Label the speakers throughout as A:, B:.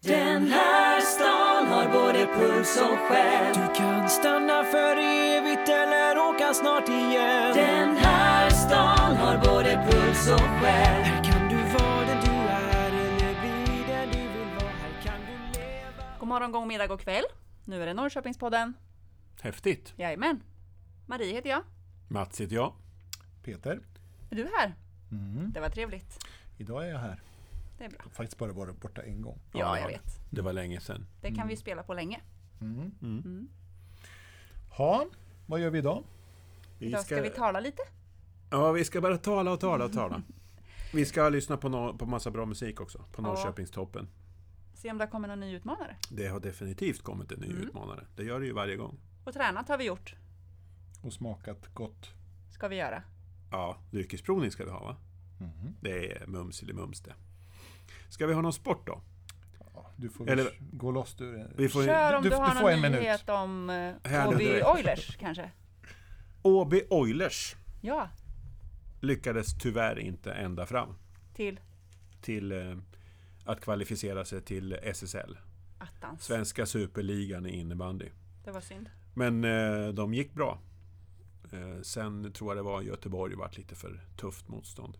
A: Den här stan har både puls och själ
B: Du kan stanna för evigt eller åka snart igen.
A: Den här stan har både puls och själ
B: Här kan du vara den du är eller bli den du vill vara. Här kan du leva.
C: God morgon, gång, middag och kväll. Nu är det Norrköpingspodden.
D: Häftigt.
C: Jajamän. Marie heter jag.
D: Mats heter jag.
E: Peter,
C: Är du här? Det var trevligt.
E: idag är jag här.
C: Det är bra.
E: Jag har faktiskt bara varit borta en gång.
C: Ja, jag vet.
D: Det var länge sedan.
C: Det kan vi spela på länge.
E: Mm. Ha, vad gör vi idag?
D: Vi
C: Idag ska vi tala lite.
D: Ja, vi ska bara tala och tala och tala. Vi ska lyssna på, no på massa bra musik också, på Norrköpingstoppen.
C: Se om det kommer någon ny utmanare.
D: Det har definitivt kommit en ny
C: Mm.
D: utmanare. Det gör det ju varje gång.
C: Och tränat har vi gjort.
E: Och smakat gott.
C: Ska vi göra.
D: Ja, dryckesprovning ska vi ha va?
E: Mm.
D: Det är mums eller mums det. Ska vi ha någon sport då?
E: Ja, du får väl
D: Eller-
E: gå loss du. det.
D: Vi får ju-
C: Kör om du,
E: du- du
C: har
E: får
C: någon
E: en minut.
C: nyhet om eh,
D: Här nu
C: HB
D: direkt.
C: Oilers kanske.
D: OB Oilers
C: Ja,
D: lyckades tyvärr inte ända fram
C: till
D: till eh, att kvalificera sig till SSL.
C: attans.
D: Svenska superligan i innebandy.
C: Det var synd.
D: Men eh, de gick bra. Eh, sen tror jag det var Göteborg vart lite för tufft motstånd.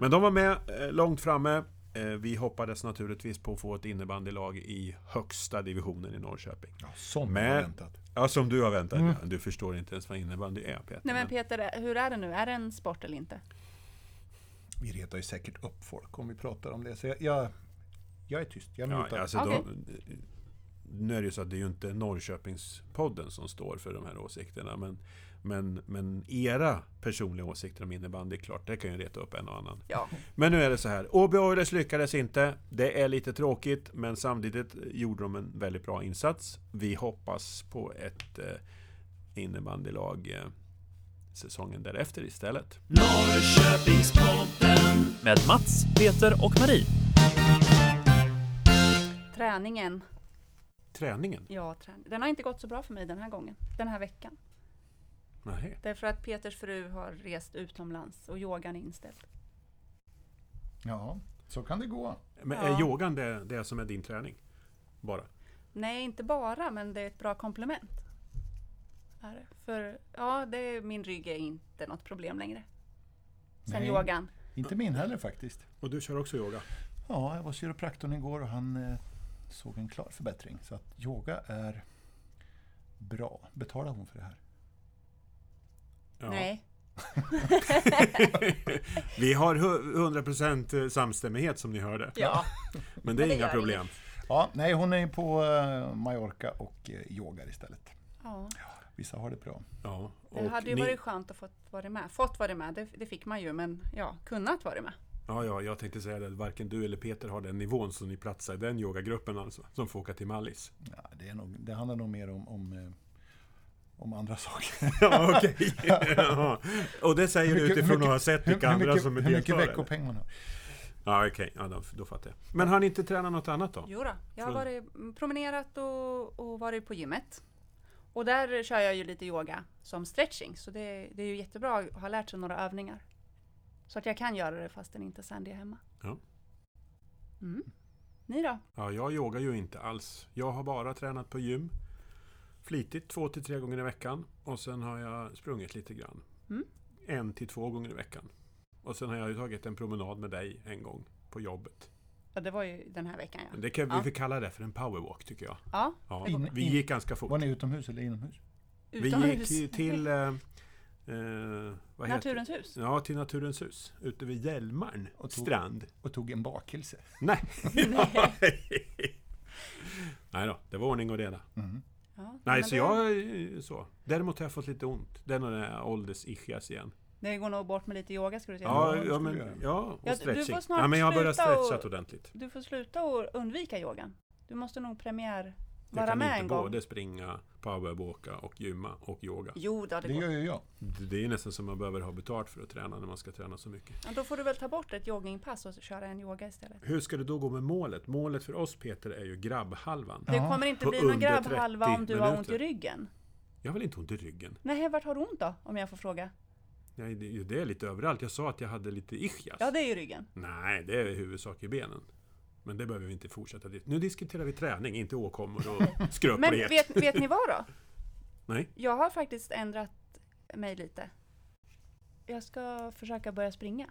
D: Men de var med eh, långt framme. Eh, vi hoppades naturligtvis på att få ett innebandylag i högsta divisionen i Norrköping.
E: Ja, som
D: Men-
E: jag väntat.
D: Ja, som du har väntat. Ja. Du förstår inte ens vad innebandy är, Peter.
C: Nej men Peter, hur är det nu? Är det en sport eller inte?
E: Vi retar ju säkert upp folk om vi pratar om det. Så jag, jag, jag är tyst, jag mutar.
D: ja, alltså
C: Okej.
D: de, nu är det ju så att det är ju inte Norrköpingspodden som står för de här åsikterna. Men, men, men era personliga åsikter om innebandy, klart, det kan ju reta upp en och annan.
C: Ja.
D: Men nu är det så här. OB Oilers lyckades inte. Det är lite tråkigt, men samtidigt gjorde de en väldigt bra insats. Vi hoppas på ett eh, innebandylag eh, säsongen därefter istället.
B: Med Mats, Peter och Marie.
C: Träningen.
D: Träningen?
C: Ja, träning. Den har inte gått så bra för mig den här gången. Den här veckan.
D: Nej.
C: Därför att Peters fru har rest utomlands och yogan är inställd.
E: Ja, så kan det gå.
D: Men
C: Ja.
D: är yogan det, det som är din träning? Bara?
C: Nej, inte bara, men det är ett bra komplement. Är det. För ja, det, min rygg är inte något problem längre. Sen
E: Nej.
C: yogan.
E: Inte min heller faktiskt.
D: Och du kör också yoga?
E: Ja, jag var hos kiropraktorn igår och han eh, såg en klar förbättring. Så att yoga är bra. Betalar hon för det här?
D: Ja.
C: Nej.
D: Vi har hu- 100% samstämmighet som ni hörde.
C: Ja.
D: Men det är
C: det
D: inga
C: gör
D: problem.
E: Ja, nej, hon är ju på eh, Mallorca och eh, yogar istället.
C: ja.
E: Vissa har det bra.
D: Ja.
C: Det hade ju varit skönt att fått vara med. Fått vara med, det, det fick man ju, men ja, kunnat vara med.
D: Ja, ja, jag tänkte säga det. Varken du eller Peter har den nivån som ni platsar i den yogagruppen alltså. Som får åka till Mallis.
E: Ja, det, är nog, det handlar nog mer om, om, eh, om andra saker.
D: Ja, okej. Ja. Och det säger du utifrån att ha sett vilka
E: hur
D: andra
E: mycket,
D: som är
E: Hur mycket
D: deltagare?
E: veckopeng man har.
D: Ja, okej. Ja, då, då fattar jag. Men har ni inte tränat något annat då?
C: Jo då, jag har
D: Från-
C: varit, mm, promenerat och, och varit på gymmet. Och där kör jag ju lite yoga som stretching, så det, det är ju jättebra att ha lärt sig några övningar. Så att jag kan göra det fastän inte sen det är hemma.
D: Ja.
C: Mm. Ni då?
D: Ja, jag yogar ju inte alls. Jag har bara tränat på gym. Flitigt, två till tre gånger i veckan. Och sen har jag sprungit lite grann.
C: Mm.
D: En till två gånger i veckan. Och sen har jag ju tagit en promenad med dig en gång på jobbet.
C: Ja, det var ju den här veckan ja.
D: Men Det kan,
C: Ja.
D: Vi får kalla det för en powerwalk tycker jag.
C: Ja,
D: Ja,
E: In-
D: vi
E: in-
D: gick ganska fort.
E: Var ni utomhus eller inomhus?
D: Vi
C: utomhus.
D: gick ju till... Eh, eh, vad heter det?
C: Naturens hus.
D: Ja, till Naturens hus. Ute vid Hjälmarn
E: Och tog-
D: strand.
E: Och tog en bakelse.
D: Nej. Nej då, det var ordning och reda.
E: Mm.
C: Ja,
D: Nej,
C: men
D: så
C: det,
D: jag... eh, Så. Däremot har jag fått lite ont. Det är nog den här åldersischias igen.
C: Det går nog bort med lite yoga skulle jag säga.
D: Ja,
E: det
D: ja,
E: ska du
D: men,
E: göra.
D: ja
C: Ja,
D: och
C: du får
D: stretching.
C: snart
D: Ja, men jag har börjat
C: sluta och-
D: stretcha ordentligt.
C: Du får sluta och undvika yogan. Du måste nog premiär
D: Jag
C: vara
D: kan
C: med
D: inte
C: en gång.
D: både springa, powerwalka och gymma och yoga.
C: Jo, då, det,
E: Det
C: går.
E: gör ju jag.
D: Det det är nästan som man behöver ha betalt för att träna när man ska träna så mycket.
C: Ja, då får du väl ta bort ett joggingpass och köra en yoga istället.
D: Hur ska det då gå med målet? Målet för oss Peter är ju grabbhalvan.
C: Det kommer inte
D: På
C: bli någon
D: under
C: grabbhalva om
D: 30
C: du har ont i
D: minuter.
C: ryggen.
D: Jag vill inte ont i ryggen.
C: Nej, vart har du ont då? Om jag får fråga.
D: Nej, det, det är lite överallt. Jag sa att jag hade lite ischias.
C: Ja, det är ju ryggen.
D: Nej, det är i huvudsak i benen. Men det behöver vi inte fortsätta dit. Nu diskuterar vi träning, inte åkommor och
C: Men
D: skröplighet.
C: vet, vet ni vad då?
D: Nej.
C: Jag har faktiskt ändrat mig lite. Jag ska försöka börja springa.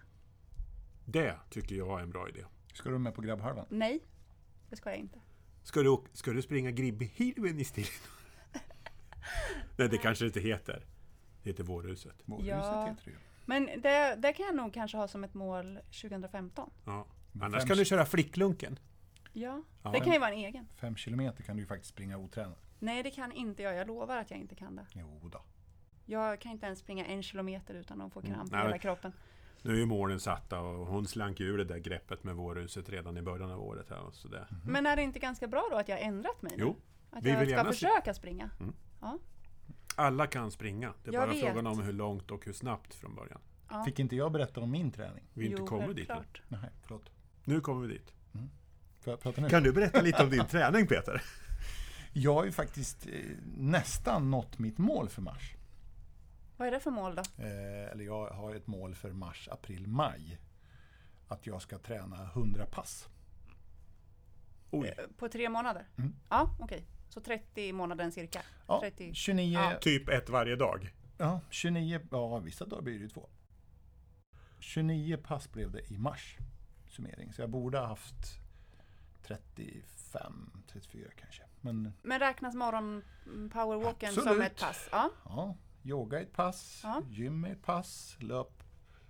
D: Det tycker jag är en bra idé.
E: Ska du med på grabbhalvan?
C: Nej, det ska jag inte.
D: Ska du, åk- ska du springa Gribbehilven i stil? Nej, det kanske det inte heter. Det heter Vårhuset.
E: Vårhuset
C: Ja.
E: heter det ju.
C: Men det, det kan jag nog kanske ha som ett mål 2015.
D: Ja.
E: Men
D: Annars
E: fem-
D: kan du köra Flicklunken.
C: Ja,
D: Ja.
C: det kan ju vara en egen.
E: Fem kilometer kan du ju faktiskt springa otränad.
C: Nej, det kan inte jag. Jag lovar att jag inte kan det.
E: Jo då.
C: Jag kan inte ens springa en kilometer utan att få kramp i
D: Nej.
C: hela kroppen.
D: Nu är ju målen satta och hon slank ju ur det där greppet med Vårhuset redan i början av året. Här och så där.
C: Men är det inte ganska bra då att jag har ändrat mig? nu?
D: Mm. Jo,
C: Att
D: vi
C: jag
D: vill
C: ska
D: gärna se-
C: försöka springa?
D: alla kan springa. Det är
C: Jag
D: bara
C: vet.
D: frågan om hur långt och hur snabbt från början.
C: Ja.
E: Fick inte jag berätta om min träning?
D: Vi har inte
C: Jo,
D: kommit dit än.
C: självklart.
E: Nej, förlåt.
D: Nu kommer vi dit.
E: Får jag prata nu?
D: Kan du berätta lite om din träning Peter?
E: Jag har ju faktiskt eh, nästan nått mitt mål för mars.
C: Vad är det för mål då?
E: Eh, eller jag har ett mål för mars, april, maj. Att jag ska träna 100 pass.
D: Oj,
C: Eh, På tre månader?
E: Mm.
C: Ja, okej. Så 30 i månaden cirka?
E: Ja,
C: 30.
E: 29,
C: Ja.
E: ja.
D: typ ett varje dag.
E: 29, ja vissa dagar blir det ju två. 29 pass blev det i mars. Summering. Så jag borde ha haft 35, 34 kanske. Men
C: Men räknas morgon mm, powerwalken som
E: Absolut.
C: ett pass? Ja.
E: ja, yoga är ett pass,
C: Ja.
E: gym är ett pass, löp,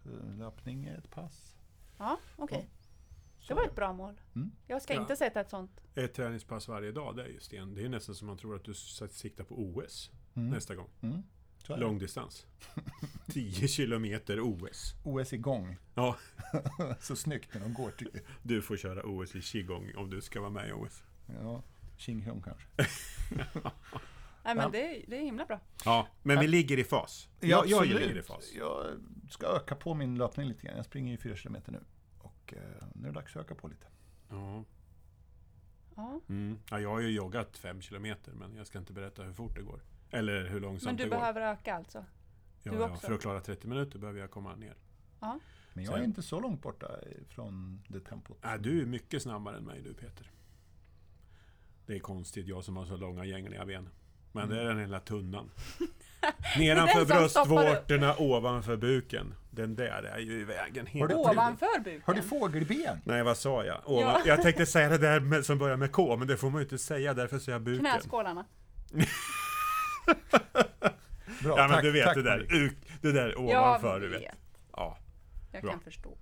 E: eh, löpning är ett pass.
C: Ja, okej.
E: Så
C: Det var ett bra mål.
E: Mm.
C: Jag ska
D: Ja.
C: inte sätta ett sånt.
D: Ett träningspass varje dag, det är ju sten. Det är nästan som man tror att du s- siktar på OS
E: Mm.
D: nästa gång.
E: Mm. Så är det.
D: Långdistans. 10 kilometer OS.
E: OS igång.
D: Ja,
E: Så snyggt när de går tycker jag.
D: du får köra OS i qigong om du ska vara med i OS.
E: Ja, Qinghung kanske.
C: Nej, men
E: Ja.
C: det, det är himla bra.
D: Ja, men vi ligger i fas. Jag, jag ligger i fas.
E: Jag ska öka på min löpning lite grann. Jag springer ju 4 kilometer nu. Och eh, nu är det dags att öka på lite.
D: Ja.
C: Ja.
D: Mm. Ja, jag har ju joggat 5 kilometer, men jag ska inte berätta hur fort det går. Eller hur långsamt
C: Men
D: det
C: du
D: går.
C: behöver öka alltså?
D: ja,
C: du
D: ja,
C: också.
D: För att klara 30 minuter behöver jag komma ner. Så
E: Men jag
D: jag-
E: är inte så långt borta från det tempot.
D: Ja, Äh, du är mycket snabbare än mig du Peter. Det är konstigt, jag som har så långa gängliga ben. Men det är den hela tunnan. Nedanför
C: Den som stoppar upp.
D: bröstvårtorna, ovanför buken. Den där är ju i vägen
E: Har
D: hela
E: du-
D: tiden.
C: Ovanför buken?
E: Har du fågelben?
D: Nej, vad sa jag? Ovan... Jag tänkte säga det där med, som börjar med K, men det får man ju inte säga, därför säger jag buken.
C: Knäskålarna?
E: Bra,
D: Ja, men
E: tack-
D: du vet
E: tack,
D: det där,
E: Marie.
D: uk- det där ovanför, du vet. Ja,
C: Jag
D: Bra.
C: kan förstå.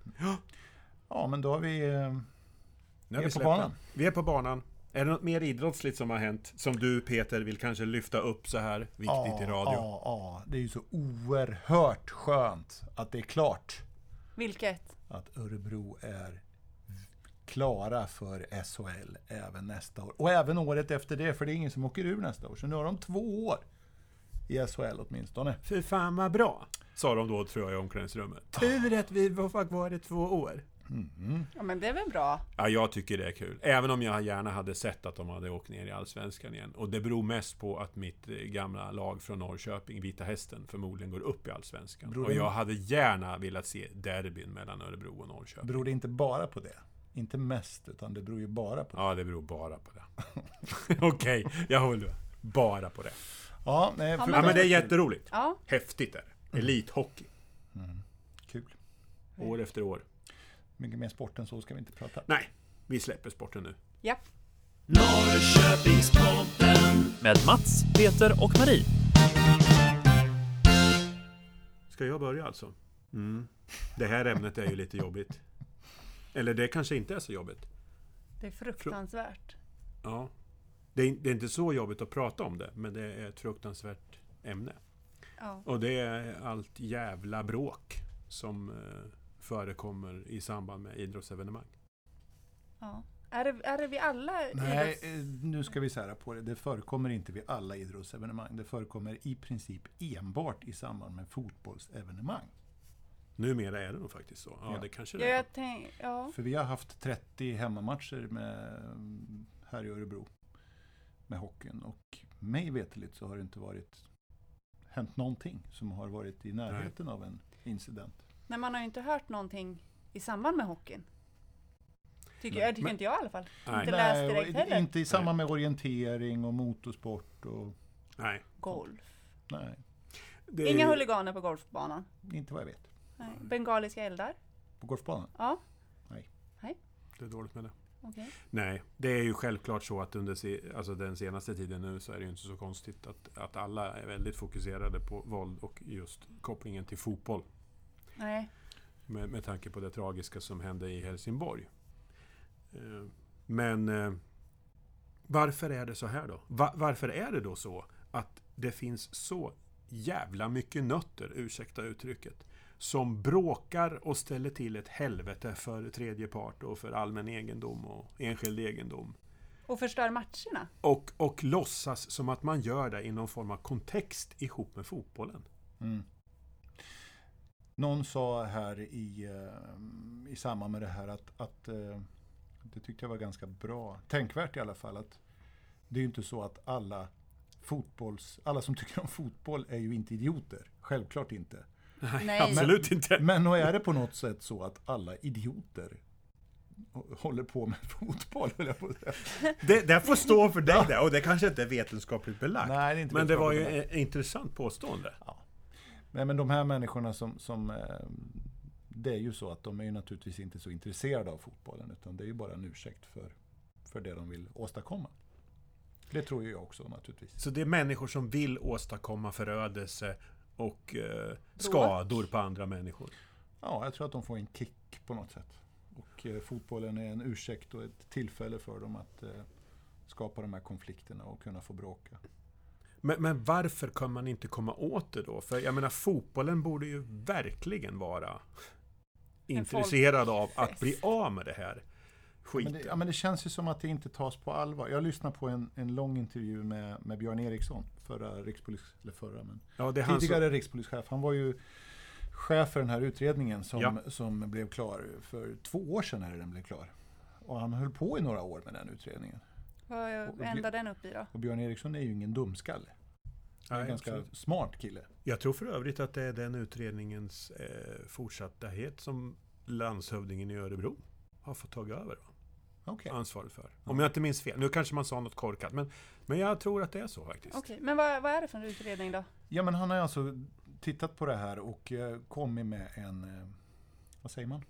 E: Ja, men då har vi... eh,
D: nu har
E: Vi är på
D: släppt
E: banan.
D: den. Vi är på banan. Är det något mer idrottsligt som har hänt, som du Peter vill kanske lyfta upp så här viktigt i radio?
E: Ja, ja, det är ju så oerhört skönt att det är klart
C: Vilket?
E: att Örebro är klara för SHL även nästa år. Och även året efter det, för det är ingen som åker ur nästa år. Så nu har de två år i SHL åtminstone.
D: Fy fan vad bra! Sa de då tror jag i omklädningsrummet. Tur att vi var var kvar i två år.
C: Ja, men det är väl bra?
D: Ja, jag tycker det är kul. Även om jag gärna hade sett att de hade åkt ner i Allsvenskan igen. Och det beror mest på att mitt eh, gamla lag från Norrköping, Vita Hästen, förmodligen går upp i Allsvenskan.
E: Beror
D: Och
E: det-
D: jag hade gärna velat se derbyn mellan Örebro och Norrköping.
E: Beror det inte bara på det? Inte mest, utan det beror ju bara på det.
D: Ja, det beror bara på det. Okej, jag håller med. Bara på det.
E: Ja, nej,
C: Ja,
E: för-
D: Ja, men det är jätteroligt.
C: Ja.
D: Häftigt är det. Elithockey.
E: Kul.
D: År efter år.
E: Mycket mer sport än så ska vi inte prata.
D: Nej, vi släpper sporten nu.
C: Japp.
A: Norrköpingspodden.
B: Med Mats, Peter och Marie.
D: Ska jag börja alltså? Mm. Det här ämnet är ju lite jobbigt. Eller det kanske inte är så jobbigt.
C: Det är fruktansvärt.
D: Ja. Det är, det är inte så jobbigt att prata om det, men det är ett fruktansvärt ämne.
C: Ja.
D: Och det är allt jävla bråk som eh, förekommer i samband med idrottsevenemang.
C: ja. Är, det, är det vi alla
E: Nej,
C: idrotts-
E: eh, nu ska vi sära på det. Det förekommer inte vid alla idrottsevenemang. Det förekommer i princip enbart i samband med fotbollsevenemang.
D: Numera är det nog faktiskt så. Ja,
E: Ja.
D: det kanske
C: Ja,
D: det är.
C: jag tänk, ja.
E: För vi har haft 30 hemmamatcher med, mm, här i Örebro med hockeyn. Och mig veterligt så har det inte varit, hänt någonting som har varit i närheten av en incident.
C: Nej, man har ju inte hört någonting i samband med hockeyn. Tycker, jag, tycker
D: Men-
C: inte jag i alla fall.
D: Nej,
C: Inte läst
E: och
C: direkt
E: i-
C: heller.
E: Inte i samband med orientering och motorsport och
D: nej.
C: Golf.
E: nej,
D: Det
C: Inga huliganer på golfbanan.
E: inte vad jag vet.
C: Nej. Bengaliska eldar.
E: På golfbanan?
C: Ja,
D: det är dåligt med det.
C: okej.
D: Nej, det är ju självklart så att under se, alltså den senaste tiden nu så är det ju inte så konstigt att, att alla är väldigt fokuserade på våld och just kopplingen till fotboll.
C: Nej.
D: Med, med tanke på det tragiska som hände i Helsingborg. Eh, Men eh, varför är det så här då? Va, varför är det då så att det finns så jävla mycket nötter, ursäkta uttrycket, som bråkar och ställer till ett helvete för tredje part och för allmän egendom och enskild egendom?
C: Och förstör matcherna.
D: Och, och låtsas som att man gör det i någon form av kontext ihop med fotbollen.
E: Mm. Någon sa här i, eh, i samband med det här att, att eh, det tyckte jag var ganska bra, tänkvärt i alla fall, att det är ju inte så att alla fotbolls, alla som tycker om fotboll är ju inte idioter. Självklart inte.
C: Nej.
D: Absolut inte!
E: Men nog är det på något sätt så att alla idioter håller på med fotboll, höll jag på att säga.
D: Det, det får stå för dig det, och det kanske inte är vetenskapligt belagt.
E: Nej, det är inte
D: Men det var ju
E: vetenskapligt
D: ett intressant påstående.
E: Nej, men de här människorna som... som eh, det är ju så att de är ju naturligtvis inte så intresserade av fotbollen utan det är ju bara en ursäkt för, för det de vill åstadkomma. Det tror ju jag också naturligtvis.
D: Så det är människor som vill åstadkomma förödelse och eh, skador på andra människor.
E: Ja, jag tror att de får en kick på något sätt. Och eh, fotbollen är en ursäkt och ett tillfälle för dem att eh, skapa de här konflikterna och kunna få bråka.
D: Men, men varför kan man inte komma åt det då? För jag menar, fotbollen borde ju verkligen vara intresserad av att bli av med det här
E: Men
D: skiten.
E: det, ja, men det känns ju som att det inte tas på allvar. Jag lyssnade på en, en lång intervju med, med Björn Eriksson, förra rikspolis... Eller förra, men
D: ja, det är han som,
E: Tidigare rikspolischef. Han var ju chef för den här utredningen som,
D: Ja.
E: som blev klar för två år sedan. När den blev klar. Och han höll på i några år med den utredningen.
C: Vad ändar den upp i då?
E: Och Björn Eriksson är ju ingen dumskalle. Han är en
D: Nej,
E: ganska
D: absolut.
E: smart kille.
D: Jag tror för övrigt att det är den utredningens eh, fortsattahet som landshövdingen i Örebro har fått ta över. Va?
E: Okej.
D: ansvaret för. Om jag inte minns fel. Nu kanske man sa något korkat, men, men jag tror att det är så faktiskt.
C: Okej, men vad, vad är det för en utredning då?
E: Ja, men han har alltså tittat på det här och eh, kommit med en... eh, Vad säger man?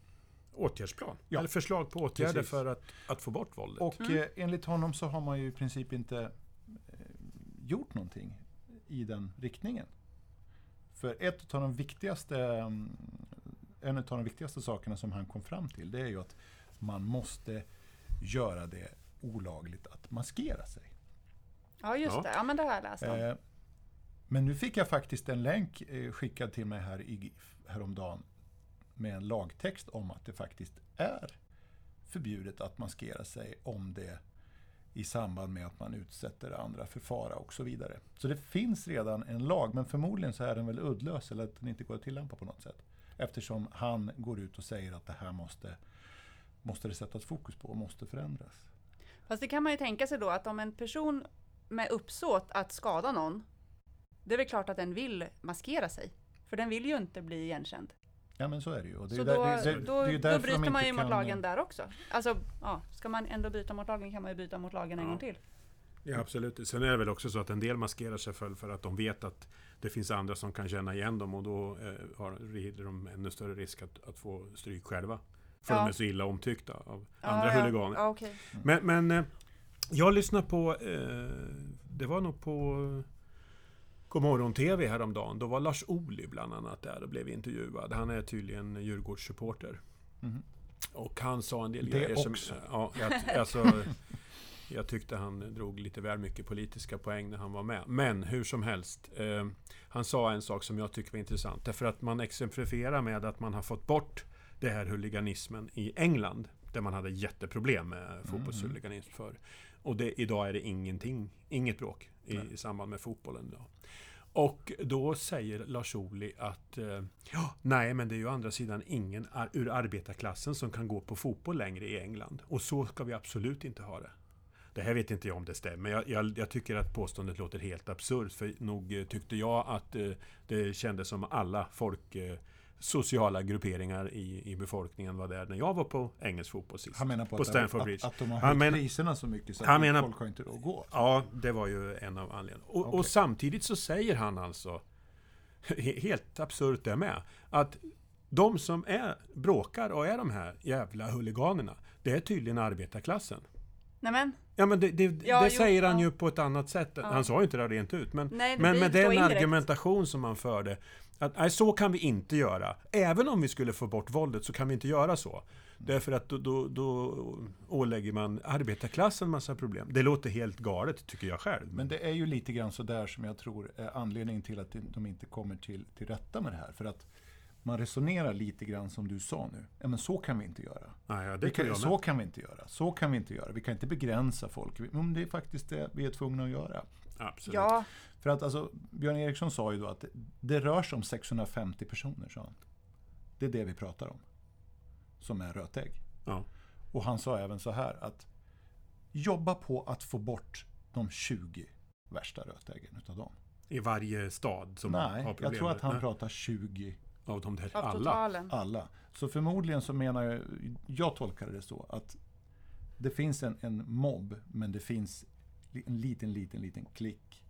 D: Åtgärdsplan.
E: Ja.
D: Eller förslag på åtgärder
E: Precis.
D: för att, att få bort våldet.
E: Och eh, enligt honom så har man ju i princip inte eh, gjort någonting i den riktningen. För ett av de viktigaste, mm, en av de viktigaste sakerna som han kom fram till det är ju att man måste göra det olagligt att maskera sig.
C: Ja, just
D: Ja.
C: det. Ja, men det har jag läst om.
E: Eh, men nu fick jag faktiskt en länk eh, skickad till mig här i, häromdagen med en lagtext om att det faktiskt är förbjudet att maskera sig om det i samband med att man utsätter andra för fara och så vidare. Så det finns redan en lag, men förmodligen så är den väl uddlös eller att den inte går att tillämpa på något sätt. Eftersom han går ut och säger att det här måste, måste det sättas fokus på och måste förändras.
C: Fast det kan man ju tänka sig då att om en person med uppsåt att skada någon, det är väl klart att den vill maskera sig. För den vill ju inte bli igenkänd.
E: Ja men så är det ju. Och det är
C: Så
E: ju
C: då,
E: där- det är- det är
C: då,
E: ju
C: då
E: därför de
C: bryter man
E: inte
C: ju mot
E: kan-
C: lagen där också. Alltså, ja, ska man ändå bryta mot lagen kan man ju bryta mot lagen en
D: Ja.
C: gång till.
D: Ja, absolut. Sen är det väl också så att en del maskerar sig för, för att de vet att det finns andra som kan känna igen dem och då eh, har rider de ännu större risk att, att få stryk själva. För
C: Ja.
D: de är så illa omtyckta av andra
C: Ah, ja,
D: huliganer.
C: Ja, okej.
D: Men, men eh, jag lyssnade på, eh, det var nog på Godmorgon TV häromdagen. Då var Lars Ohly bland annat där och blev intervjuad. Han är tydligen Djurgårdssupporter.
E: Mhm.
D: Och han sa en del
E: Det
D: grejer
E: också.
D: som... Ja, jag, alltså, jag tyckte han drog lite väl mycket politiska poäng när han var med. Men hur som helst. Eh, han sa en sak som jag tycker var intressant. Därför att man exemplifierar med att man har fått bort det här huliganismen i England. Där man hade jätteproblem
E: Mm-hmm.
D: med fotbollshuliganism förr. Och det, idag är det ingenting, inget bråk i, i samband med fotbollen idag. Och då säger Lars Ohly att eh, ja, nej, men det är ju å andra sidan ingen ar- ur arbetarklassen som kan gå på fotboll längre i England. Och så ska vi absolut inte ha det. Det här vet inte jag om det stämmer. Jag, jag, jag tycker att påståendet låter helt absurt. För nog eh, tyckte jag att eh, det kändes som alla folk eh, sociala grupperingar i, i befolkningen var där när jag var på engelsk fotboll sist.
E: Han menar på,
D: På
E: att,
D: Stamford
E: att,
D: Bridge.
E: Att, att de har
D: Han
E: höjt
D: menar-
E: priserna så mycket så
D: Han
E: att
D: menar-
E: folk har inte råd att gå.
D: Ja, det var ju en av anledningarna. Och,
E: Okej.
D: och samtidigt så säger han alltså, he- helt absurt det med, att de som är, bråkar och är de här jävla huliganerna, det är tydligen arbetarklassen.
C: Nämen,
D: Ja, men det, det,
C: Ja,
D: det
C: jo,
D: säger han
C: ja.
D: ju på ett annat sätt. Han sa ju inte det rent ut, men,
C: Nej, det
D: men
C: blir
D: med
C: så
D: den
C: indirekt.
D: argumentation som han förde, att nej, så kan vi inte göra. Även om vi skulle få bort våldet så kan vi inte göra så. Därför att då, då, då ålägger man arbetarklassen massa problem. Det låter helt galet, tycker jag själv.
E: Men det är ju lite grann så där som jag tror är anledningen till att de inte kommer till, till rätta med det här. För att man resonerar lite grann som du sa nu. Ja, men så kan vi inte göra.
D: Nej, ja,
E: Vi
D: det
E: kan,
D: kan jag
E: så
D: med.
E: kan vi inte göra. Så kan vi inte göra. Vi kan inte begränsa folk. Vi- Men det är faktiskt det vi är tvungna att göra.
D: Absolut.
C: ja,
E: För att alltså, Björn Eriksson sa ju då att det, det rör sig om 650 personer, sa han. Det är det vi pratar om. Som är rötägg.
D: Ja.
E: Och han sa även så här att jobba på att få bort de 20 värsta rötäggen utav dem.
D: I varje stad som har
E: Nej,
D: problem.
E: jag tror att han
D: Nej,
E: pratar 20
D: Av de där
C: av
D: alla.
C: totalen.
E: alla. Så förmodligen så menar jag, jag tolkar det så att det finns en, en mobb, men det finns li- en liten, liten, liten klick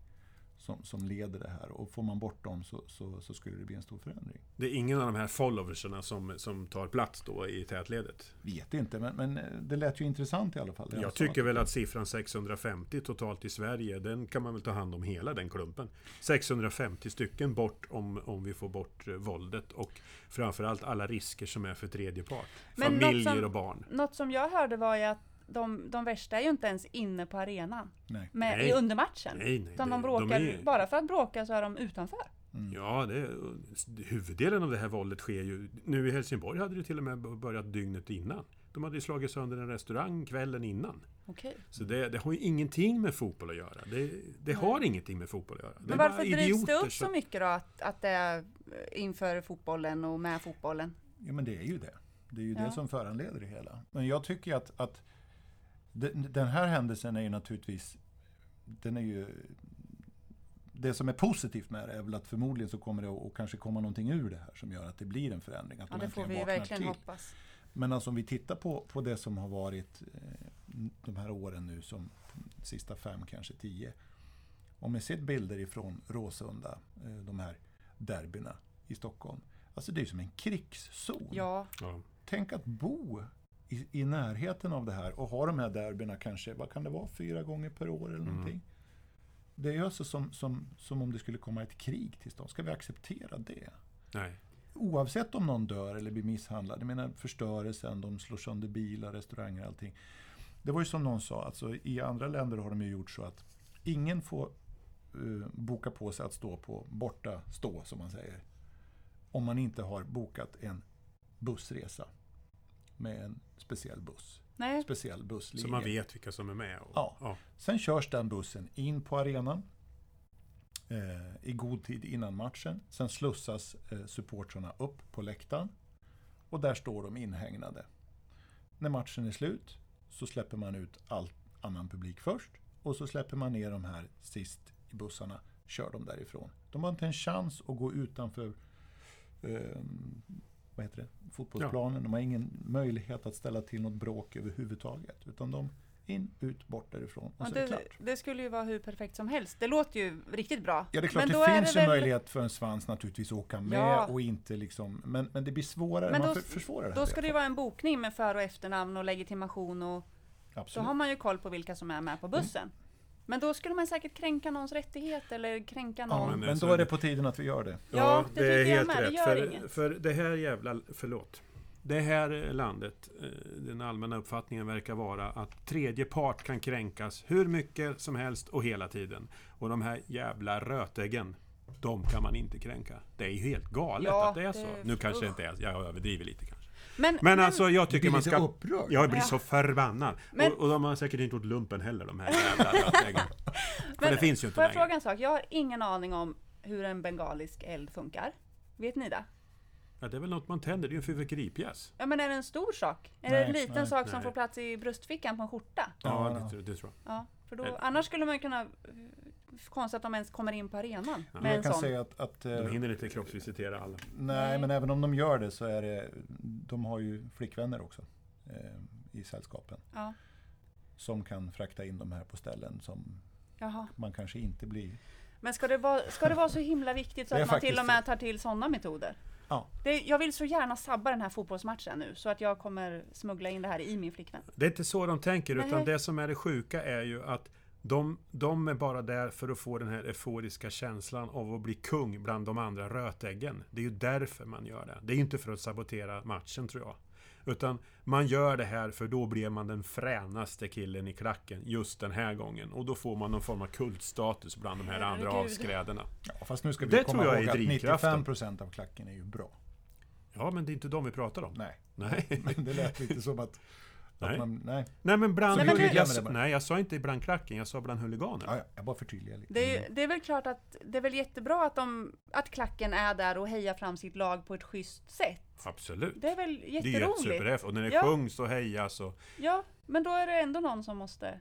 E: som, som leder det här. Och får man bort dem så, så, så skulle det bli en stor förändring.
D: Det är ingen av de här followerserna som, som tar plats då i tätledet.
E: Vet inte, men, men det lät ju intressant i alla fall. Alltså det han
D: Jag
E: sa.
D: tycker väl att siffran 650 totalt i Sverige, den kan man väl ta hand om hela den klumpen. 650 stycken bort om, om vi får bort eh, våldet och framförallt alla risker som är för tredje part.
C: Men något
D: Familjer
C: som-
D: och barn.
C: Något som jag hörde var ju att de, de värsta är ju inte ens inne på arenan
E: Nej.
C: med,
D: Nej.
C: i under matchen.
D: Nej, nej,
C: utan
D: det-
C: de bråkar,
D: de är-
C: bara för att bråka så är de utanför.
D: Ja, det, huvuddelen av det här våldet sker ju... Nu i Helsingborg hade det till och med börjat dygnet innan. De hade ju slagit sönder en restaurang kvällen innan.
C: Okej.
D: Så det, det har ju ingenting med fotboll att göra. Det, det har ingenting med fotboll att göra. Det är
C: Men varför
D: bara
C: drivs det
D: idioter
C: upp så
D: som-
C: mycket då att, att det är inför fotbollen och med fotbollen?
E: Ja, men det är ju det. Det är ju
C: Ja.
E: det som föranleder det hela. Men jag tycker ju att, att den den här händelsen är ju naturligtvis, den är ju, det som är positivt med det är väl att förmodligen så kommer det att att kanske komma någonting ur det här som gör att det blir en förändring. Att
C: Ja,
E: de
C: det får
E: äntligen
C: vi
E: vaknar
C: verkligen
E: till.
C: hoppas.
E: Men alltså om vi tittar på, på det som har varit eh, de här åren nu, som sista fem, kanske tio. Om ni sett bilder ifrån Råsunda, eh, de här derbyna i Stockholm. Alltså det är ju som en krigszon.
C: Ja,
D: Ja.
E: Tänk att bo i, i närheten av det här och ha de här derbyna kanske, vad kan det vara, fyra gånger per år eller någonting. Det är ju alltså som, som, som om det skulle komma ett krig till stånd. Ska vi acceptera det?
D: Nej.
E: Oavsett om någon dör eller blir misshandlad, jag menar förstörelsen, de slår sönder bilar, restauranger och allting. Det var ju som någon sa, alltså, i andra länder har de ju gjort så att ingen får eh, boka på sig att stå på borta stå, som man säger. Om man inte har bokat en bussresa med en speciell buss.
C: nej,
E: Speciell busslinje.
D: Så man vet vilka som är med. Och,
E: Ja. Sen körs den bussen in på arenan eh, i god tid innan matchen. Sen slussas eh, supportrarna upp på läktaren och där står de inhägnade. När matchen är slut så släpper man ut all annan publik först och så släpper man ner de här sist i bussarna, kör dem därifrån. De har inte en chans att gå utanför eh, vad heter det? fotbollsplanen. De har ingen möjlighet att ställa till något bråk överhuvudtaget. Utan de in, ut, bort därifrån och
C: Ja,
E: så är Alltså, det
C: det,
E: klart.
C: det skulle ju vara hur perfekt som helst. Det låter ju riktigt bra.
E: Ja, det är klart,
C: men
E: det
C: då är
E: finns
C: det
E: ju
C: väl-
E: möjlighet för en svans naturligtvis att åka med
C: Ja.
E: och inte liksom, men, men det blir svårare,
C: Men
E: man
C: då-
E: för, försvårar det här.
C: Då ska det ju vara en bokning med för och efternamn och legitimation och så
E: Absolut. Mm.
C: har man ju koll på vilka som är med på bussen. Men då skulle man säkert kränka någons rättighet eller kränka
E: Ja,
C: någon.
E: men,
D: men
E: men
D: så
E: då är
D: är
E: det
D: det-
E: på tiden att vi gör det.
C: Ja, det tycker jag med. Det gör
D: för,
C: inget.
D: för det här jävla... Förlåt. Det här landet, eh, den allmänna uppfattningen verkar vara att tredje part kan kränkas hur mycket som helst och hela tiden. Och de här jävla rötäggen, de kan man inte kränka. Det är ju helt galet
C: Ja,
D: att det är
C: det-
D: så. Nu kanske det
C: usch.
D: inte är så. Jag överdriver lite kanske.
C: Men,
D: Men, alltså, jag tycker
E: Blir
D: man
E: lite
D: ska...
E: upprörd.
D: Jag blir
C: Ja.
D: så förbannad.
C: Men-
D: Och, och de har säkert inte gjort lumpen heller, de här jävla rötäggen. För det finns ju inte
C: får jag
D: längre.
C: fråga en sak? Jag har ingen aning om hur en bengalisk eld funkar. Vet ni det?
D: Ja, det är väl något man tänder. Det är ju en fyrverkeripjäs.
C: Ja, men är det en stor sak? Är det
E: Nej,
C: en liten
E: nej,
C: sak som
D: nej.
C: får plats i bröstfickan på en skjorta?
E: Ja,
D: Ja,
E: ja.
D: det, tror- det tror jag.
C: Ja, för då,
D: Nej.
C: annars skulle man ju kunna eh, konstigt att de ens kommer in på arenan
D: Ja.
C: med en
E: jag kan
C: sån.
E: säga att, att eh,
D: De hinner inte kroppsvisitera alla.
E: Nej,
C: Nej.
E: men även om de gör det så är det, de har ju flickvänner också eh, i sällskapen.
C: Ja.
E: Som kan frakta in de här på ställen som
C: Jaha.
E: man kanske inte blir.
C: Men ska det, vara, ska det vara så himla viktigt så
E: Det är
C: att man till
E: faktiskt
C: och med tar till sådana metoder?
E: Ja.
C: Det, jag vill så gärna sabba den här fotbollsmatchen nu så att jag kommer smuggla in det här i min flickvän.
D: Det är inte så de tänker, utan
C: Nej.
D: det som är det sjuka är ju att de, de är bara där för att få den här euforiska känslan av att bli kung bland de andra rötäggen. Det är ju därför man gör det. Det är ju inte för att sabotera matchen, tror jag. Utan man gör det här för då blir man den fränaste killen i klacken just den här gången. Och då får man någon form av kultstatus bland de här andra
C: Herregud.
D: avskräderna.
E: Ja, fast nu ska vi
D: Det
E: komma
D: tror jag
E: ihåg
D: är
E: att
D: drivkraften.
E: 95 procent av klacken är ju bra.
D: Ja, men det är inte de vi pratar om.
E: Nej,
D: Nej.
E: men det lät lite som att,
D: Nej.
E: att man... Nej,
D: Nej, men bland...
C: Nej, men det-
D: jag,
E: glömmer det bara.
D: nej, jag sa inte bland klacken, jag sa bland huliganer.
E: ja, ja, jag bara förtydligar lite.
C: Det
D: Mm.
C: är, ju- det är väl klart att det är väl jättebra att, de, att klacken är där och hejar fram sitt lag på ett schysst sätt.
D: Absolut.
C: Det är väl
D: Det är ju ett
C: jätteroligt?
D: superhäftigt. Och när det
C: Ja.
D: sjungs och hejas och...
C: Ja, men då är det ändå någon som måste...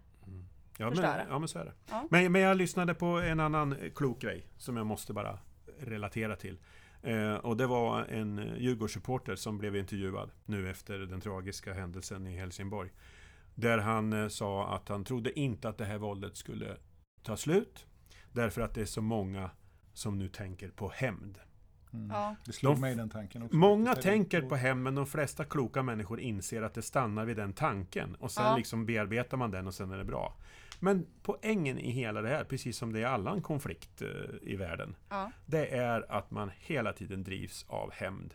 D: Ja,
C: Förstöra.
D: men, ja, men så är det.
C: Ja.
D: Men, men jag lyssnade på en annan eh, klok grej som jag måste bara relatera till. Eh, och det var en eh, Djurgårdssupporter som blev intervjuad nu efter den tragiska händelsen i Helsingborg. Där han eh, sa att han trodde inte att det här våldet skulle ta slut. Därför att det är så många som nu tänker på hämnd.
E: Mm.
C: Ja.
E: Det slog
D: De-
E: mig den tanken också.
D: Många
E: faktiskt. Jag
D: tänker
E: vet-
D: på hem, men de flesta kloka människor inser att det stannar vid den tanken. Och sen
C: Ja.
D: liksom bearbetar man den och sen är det bra. Men poängen i hela det här, precis som det är i allan konflikt eh, i världen,
C: ja.
D: det är att man hela tiden drivs av hämnd.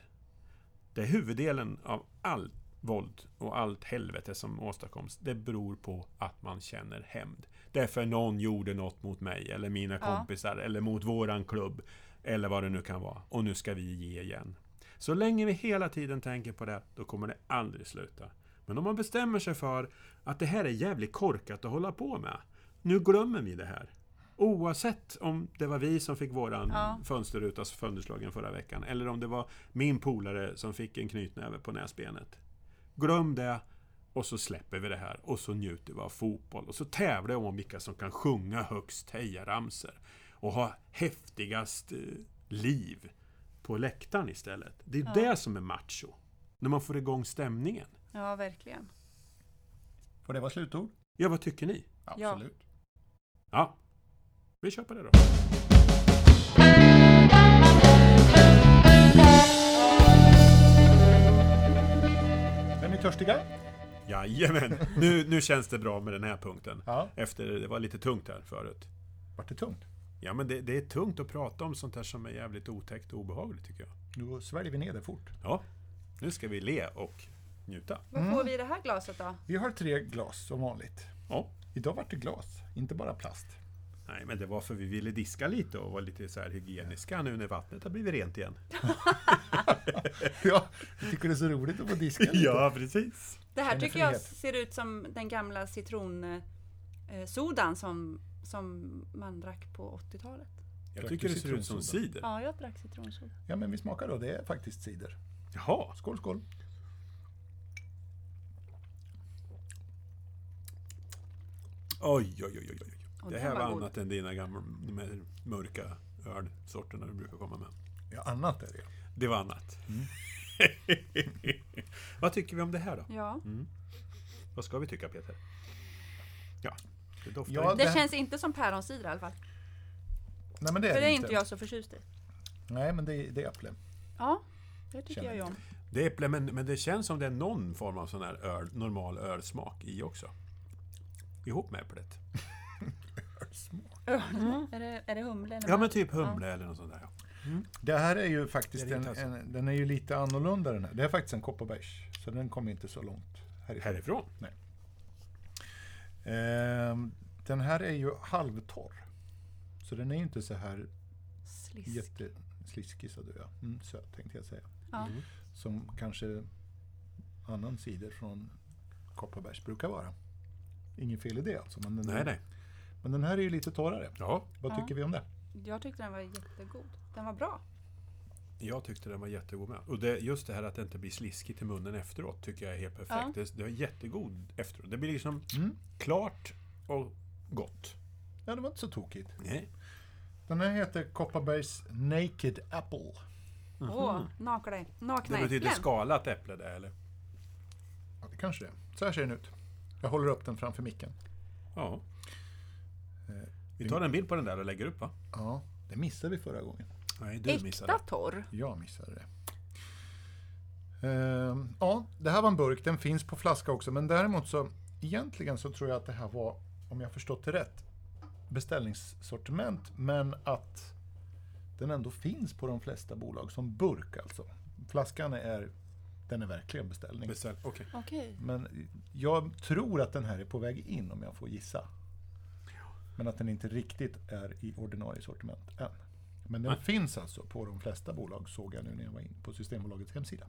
D: Det är huvuddelen av allt våld och allt helvete som åstadkoms. Det beror på att man känner hämnd. Därför någon gjorde något mot mig, eller mina
C: Ja.
D: kompisar, eller mot våran klubb. Eller vad det nu kan vara. Och nu ska vi ge igen. Så länge vi hela tiden tänker på det, då kommer det aldrig sluta. Men om man bestämmer sig för att det här är jävligt korkat att hålla på med. Nu glömmer vi det här. Oavsett om det var vi som fick våran
C: Ja.
D: fönsterruta sönderslagen förra veckan, eller om det var min polare som fick en knytnäve på näsbenet. Glöm det, och så släpper vi det här, och så njuter vi av fotboll. Och så tävlar vi om vilka som kan sjunga högst hejaramsor. Och ha häftigast eh, liv på läktaren istället. Det är det som är macho. När man får igång stämningen.
C: ja, verkligen.
E: Får det vara slutord?
D: Ja, vad tycker ni?
C: Ja.
E: Absolut.
D: Ja, vi kör på det då.
E: Är ni törstiga?
D: Jajamän! Nu, nu känns det bra med den här punkten.
E: Ja.
D: Efter det var lite tungt här förut.
E: Vart det tungt?
D: Ja, men det, det är tungt att prata om sånt här som är jävligt otäckt och obehagligt tycker jag.
E: Då sväljer vi ner det fort.
D: Ja, nu ska vi le och njuta.
C: Vad
E: Mm.
C: får vi i det här glaset då?
E: Vi har tre glas som vanligt.
D: Ja.
E: Idag vart det glas, inte bara plast.
D: Nej, men det var för vi ville diska lite och vara lite så här hygieniska nu när vattnet har blivit rent igen.
E: Ja, jag tycker det är så roligt att få diska lite.
D: precis.
C: Det här
E: Känner
C: tycker jag
E: frihet.
C: ser ut som den gamla citronsodan som, som man drack på 80-talet.
D: Jag
E: Drack
D: tycker
E: du
D: det ser ut som
E: citronsoda?
D: cider.
C: Ja, jag drack citronsoda.
E: Ja, men vi smakar då. Det är faktiskt cider.
D: Jaha,
E: Skål, skål.
D: oj, oj, oj, oj, oj.
C: Och
D: Det
C: den
D: här var
C: var god.
D: annat än dina gamla de här mörka ölsorterna du brukar komma med.
E: Ja, annat är det.
D: Det var annat. Vad tycker vi om det här då?
C: Ja.
E: Mm.
D: Vad ska vi tycka Peter? Ja, det doftar
E: Ja,
D: inte.
C: Det
E: det-
C: känns inte som päronsider i alla fall.
E: Nej, men det är
C: För
E: det,
C: det är inte jag så förtjust i.
E: Nej, men det är, det är äpple.
C: Ja, det tycker
E: Känner
C: jag ju om.
D: Det är äpple, men, men det känns som det är någon form av sån här öl, normal ölsmak i också. Ihop med äpplet.
C: Är, det, är det humle? Eller
D: Ja,
C: vad?
D: men typ humle eller något sånt där. Ja.
E: Det här är ju faktiskt
D: Det är
E: en,
D: inte alltså.
E: en, den är ju lite annorlunda den här. Det är faktiskt en kopparbergs, så den kommer inte så långt härifrån.
D: Härifrån?
E: Ehm, den här är ju halvtorr. Så den är ju inte så här
C: Slisk.
E: jättesliskig sa du ja. Mm, söt tänkte jag säga.
C: Ja.
D: Mm.
E: Som kanske annan cider från kopparbergs brukar vara. Inget fel i det alltså. Men den,
D: Nej, nej.
E: Men den här är ju lite torrare.
D: Ja,
E: Vad
C: Ja.
E: tycker vi om det?
C: Jag tyckte den var jättegod. Den var bra.
D: jag tyckte den var jättegod med. Och det, just det här att det inte blir sliskigt i munnen efteråt tycker jag är helt perfekt.
C: Ja.
D: Mm. Det, det är jättegod efteråt. Det blir liksom
E: Mm.
D: klart och gott.
E: Ja, det var inte så tokigt.
D: Nej.
E: Den här heter Kopparbergs Naked Apple.
C: Åh,
E: Mm.
C: oh, nakna,
D: Det
C: nakna
D: betyder
C: äpplen.
D: skalat äpple det eller?
E: Ja, det kanske det är. Så här ser den ut. Jag håller upp den framför micken.
D: Ja. Eh, Vi tar en bild på den där och lägger upp va?
E: Ja, det missade vi förra gången.
D: Nej, du missade.
C: Äkta torr.
E: Jag missade det. Ehm, ja, det här var en burk. Den finns på flaska också. Men däremot så, egentligen så tror jag att det här var, om jag förstått det rätt, beställningssortiment. Men att den ändå finns på de flesta bolag som burk alltså. Flaskan är, den är verkligen beställning.
D: Beställ. Okej.
C: Okej.
E: Men jag tror att den här är på väg in om jag får gissa. Men att den inte riktigt är i ordinarie sortiment än. Men den finns alltså på de flesta bolag såg jag nu när jag var inne på Systembolagets hemsida.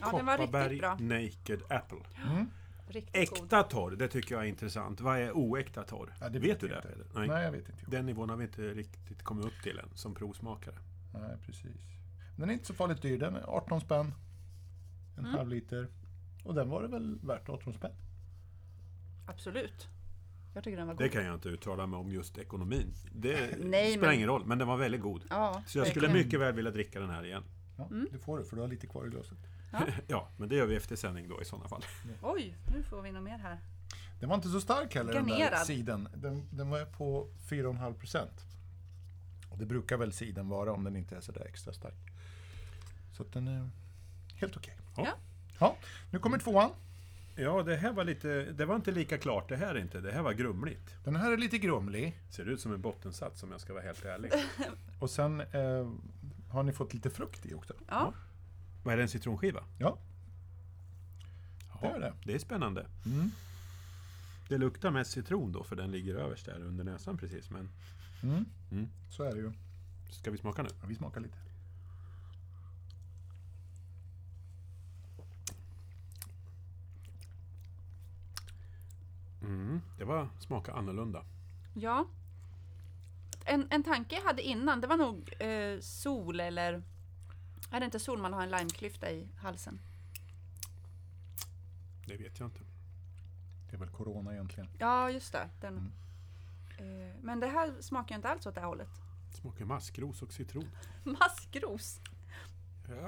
C: Ja, den var
D: Kopparberg Mm.
C: riktigt bra.
D: Naked Apple.
C: Riktigt god.
D: Äkta torr, det tycker jag är intressant. Vad är oäkta torr?
E: Ja, det
D: vet,
E: vet
D: du
E: jag
D: det
E: inte.
D: Peder?
E: Nej,
D: Nej.
E: jag vet inte.
D: Den nivån har vi inte riktigt kommit upp till än som provsmakare.
E: Nej, precis. Den är inte så farligt dyr. Den är 18 spänn. En halv liter. Och den var det väl värt 18 spänn?
C: Absolut. Jag tycker den var god.
D: Det kan jag inte uttala mig om just ekonomin. Det
C: Nej,
D: spelar
C: men-
D: ingen roll, men den var väldigt god.
C: Ja,
D: Så jag skulle
C: verkligen.
D: mycket väl vilja dricka den här igen.
E: Ja, Det får du, för du har lite kvar i glaset.
D: Ja, men det gör vi efter sändning då i sådana fall.
C: Oj, nu får vi något mer här.
E: Den var inte så stark heller, den där
C: Garnerad.
E: siden. Den, den var på 4,5 procent. Och det brukar väl siden vara om den inte är sådär extra stark. Så att den är helt okej.
D: Ja.
C: Ja.
E: Ja, nu kommer tvåan.
D: Ja, det här var lite... Det var inte lika klart det här inte. Det här var grumligt.
E: Den här är lite grumlig.
D: Ser ut som en bottensats om jag ska vara helt ärlig.
E: Och sen eh, har ni fått lite frukt i också.
C: Ja,
D: Vad är det, en citronskiva?
E: Ja, det
D: Ja,
E: är det.
D: Det är spännande.
E: Mm.
D: Det luktar mest citron då, för den ligger överst där under näsan precis. Men
E: Mm.
D: Mm.
E: Så är det ju.
D: ska vi smaka nu?
E: Ja, Vi smakar lite.
D: Mm, det var smaka annorlunda.
C: ja. En, en tanke jag hade innan, det var nog eh, sol eller... Är det inte sol man har en limeklyfta i halsen?
D: Det vet jag inte.
E: Det är väl corona egentligen.
C: Ja, just det. Den,
D: Mm.
C: eh, men det här smakar ju inte alls åt det här hållet.
D: Smakar maskros och citron.
C: Maskros!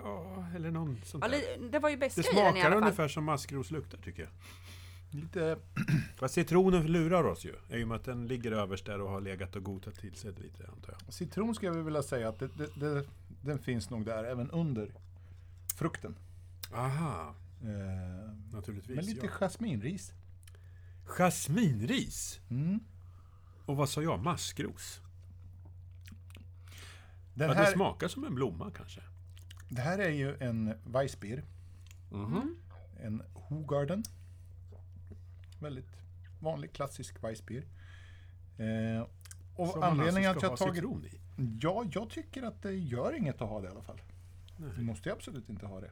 D: Ja, eller någon sånt
C: Ja,
D: där.
C: li- det var ju
D: Det
C: bäst i den i
D: smakar
C: alla fall.
D: ungefär som maskros luktar tycker jag.
E: Lite
D: Fast citronen lurar oss ju. I och med att den ligger överst där och har legat och gotat till sig lite antar jag.
E: citron skulle jag vilja säga att det, det, det, den finns nog där även under frukten.
D: Aha,
E: Eh,
D: naturligtvis.
E: men lite
D: ja.
E: jasminris.
D: Jasminris!
E: Mm.
D: Och vad sa jag? Maskros?
E: Den
D: ja, det
E: här,
D: smakar som en blomma kanske.
E: det här är ju en Weissbier.
C: Mhm.
E: En Hogarden. Väldigt vanlig klassisk Weissbier. Eh, och
D: Som man
E: anledningen
D: alltså
E: att
D: ska
E: jag
D: ha
E: har tagit...
D: citron i.
E: Ja, jag tycker att det gör inget att ha det i alla fall. Du måste ju absolut inte ha det.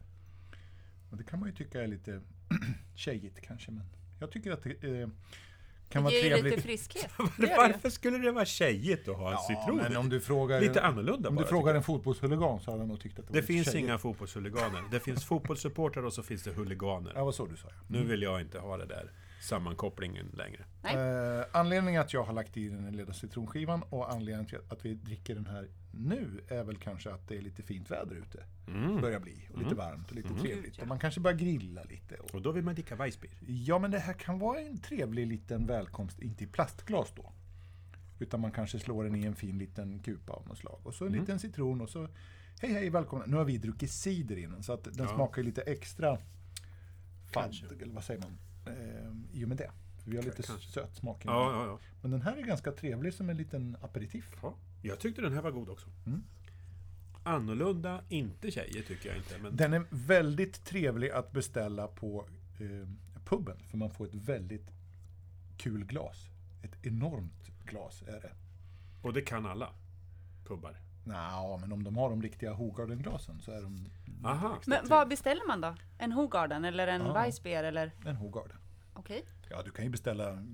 E: Och det kan man ju tycka är lite tjejigt kanske, men jag tycker att det eh, kan vara
C: det ger ju lite
E: trevligt.
C: friskhet. Det gör det ju.
D: Varför skulle det vara tjejigt att ha en
E: Ja,
D: citron
E: men
D: i?
E: om du frågar,
D: Lite annorlunda
E: om du
D: bara,
E: frågar en fotbollshuligan så hade han nog tyckt att det var
D: Det
E: lite
D: finns
E: tjejigt.
D: inga fotbollshuliganer. Det finns fotbollssupportrar och så finns det huliganer.
E: Ja, vad så du sa. Ja.
D: Nu vill jag inte ha det där sammankopplingen längre.
C: Nej.
E: Eh, anledningen att jag har lagt i den lilla citronskivan och anledningen till att vi dricker den här nu är väl kanske att det är lite fint väder ute.
D: Mm.
E: Börjar bli. Och lite varmt och lite trevligt.
C: Gud, ja.
E: Och man kanske börjar grilla lite. Och,
D: Och då vill man dricka Weissbier.
E: ja, men det här kan vara en trevlig liten välkomst. Inte i plastglas då. Utan man kanske slår den i en fin liten kupa av något slag. Och så
D: Mm.
E: en liten citron och så Hej hej, välkomna. Nu har vi druckit cider innan så att den
D: Ja.
E: smakar ju lite extra
D: Kanske.
E: fadd, eller vad säger man? Eh, I och med det. För vi har lite
D: Kanske.
E: söt smak i den.
D: Ja, ja, ja.
E: Men den här är ganska trevlig som en liten aperitif.
D: ja. Jag tyckte den här var god också.
E: Mm.
D: Annorlunda, inte tjejer tycker jag inte. Men
E: Den är väldigt trevlig att beställa på eh, puben, för man får ett väldigt kul glas. Ett enormt glas är det.
D: Och det kan alla pubbar.
E: Nja, men om de har de riktiga Hogarden-glasen så är de
D: Aha.
C: Men vad beställer man då? En Hogarden eller en
E: Ja.
C: Weissbier eller...
E: en Hogarden.
C: Okej.
E: Ja, du kan ju beställa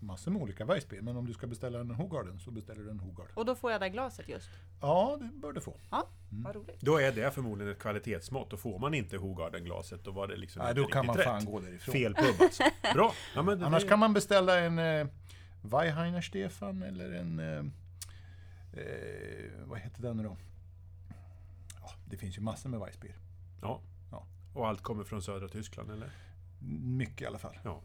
E: massor med olika Weissbier, men om du ska beställa en Hogarden så beställer du en Hogarden.
C: Och då får jag det glaset just.
E: Ja, det bör du få.
C: Ja, vad roligt.
D: Då är det förmodligen ett kvalitetsmått och får man inte Hogarden-glaset då var det liksom
E: Nej,
D: inte
E: då kan
D: riktigt
E: man fan
D: rätt.
E: gå därifrån.
D: Fel pub alltså. Bra! Ja, men det-
E: Annars kan man beställa en eh, Weihainer Stefan eller en... Eh, eh, vad heter den nu då? Ja, det finns ju massor med Weissbier.
D: Ja.
E: Ja.
D: Och allt kommer från södra Tyskland, eller?
E: Mycket i alla fall.
D: Ja.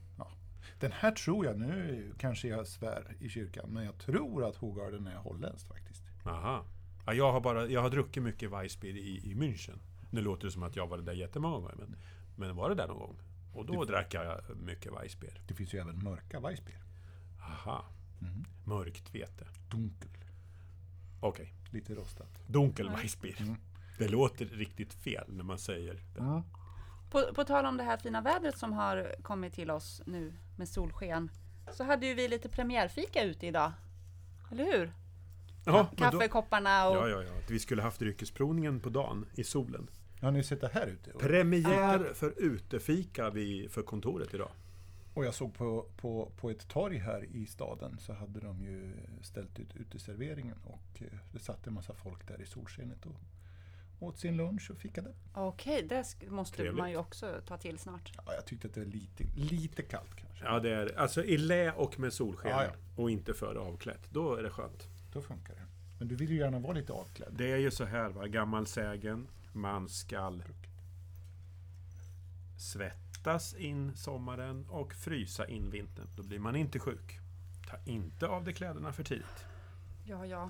E: Den här tror jag, nu kanske jag svär i kyrkan, men jag tror att Hogarden är holländskt faktiskt.
D: Aha. Ja, jag, har bara, jag har druckit mycket Weissbier i, i München. Nu låter det som att jag var där jättemånga gånger, men, men var det där någon gång? Och då drack jag mycket Weissbier.
E: Det finns ju även mörka Weissbier.
D: Aha. Mörkt vete.
E: Dunkel,
D: Okej.
E: lite rostat. Mm.
D: Dunkel Weissbier. Det låter riktigt fel när man säger det.
C: På, på tal om det här fina vädret som har kommit till oss nu med solsken så hade ju vi lite premiärfika ute idag. Eller hur?
D: Ja, men då-
C: Kaffekopparna och...
D: Ja, ja, ja. Vi skulle haft dryckesprovningen på dagen i solen.
E: Har ni sett det här ute? Och-
D: Premiär för utefika vid, för kontoret idag.
E: Och jag såg på, på, på ett torg här i staden så hade de ju ställt ut uteserveringen och eh, det satt en massa folk där i solskenet och åt sin lunch och fikade.
C: Okej, det sk- måste
D: Trevligt.
C: man ju också ta till snart.
E: Ja, jag tyckte att det var lite, lite kallt kanske.
D: Ja, det är alltså i lä och med solsken
E: Ja, ja.
D: och inte före avklätt. Då är det skönt.
E: Då funkar det. Men du vill ju gärna vara lite avklädd.
D: Det är ju så här, va? gammal sägen. Man skall svettas in sommaren och frysa in vintern. Då blir man inte sjuk. Ta inte av dig kläderna för tidigt.
C: Ja, ja.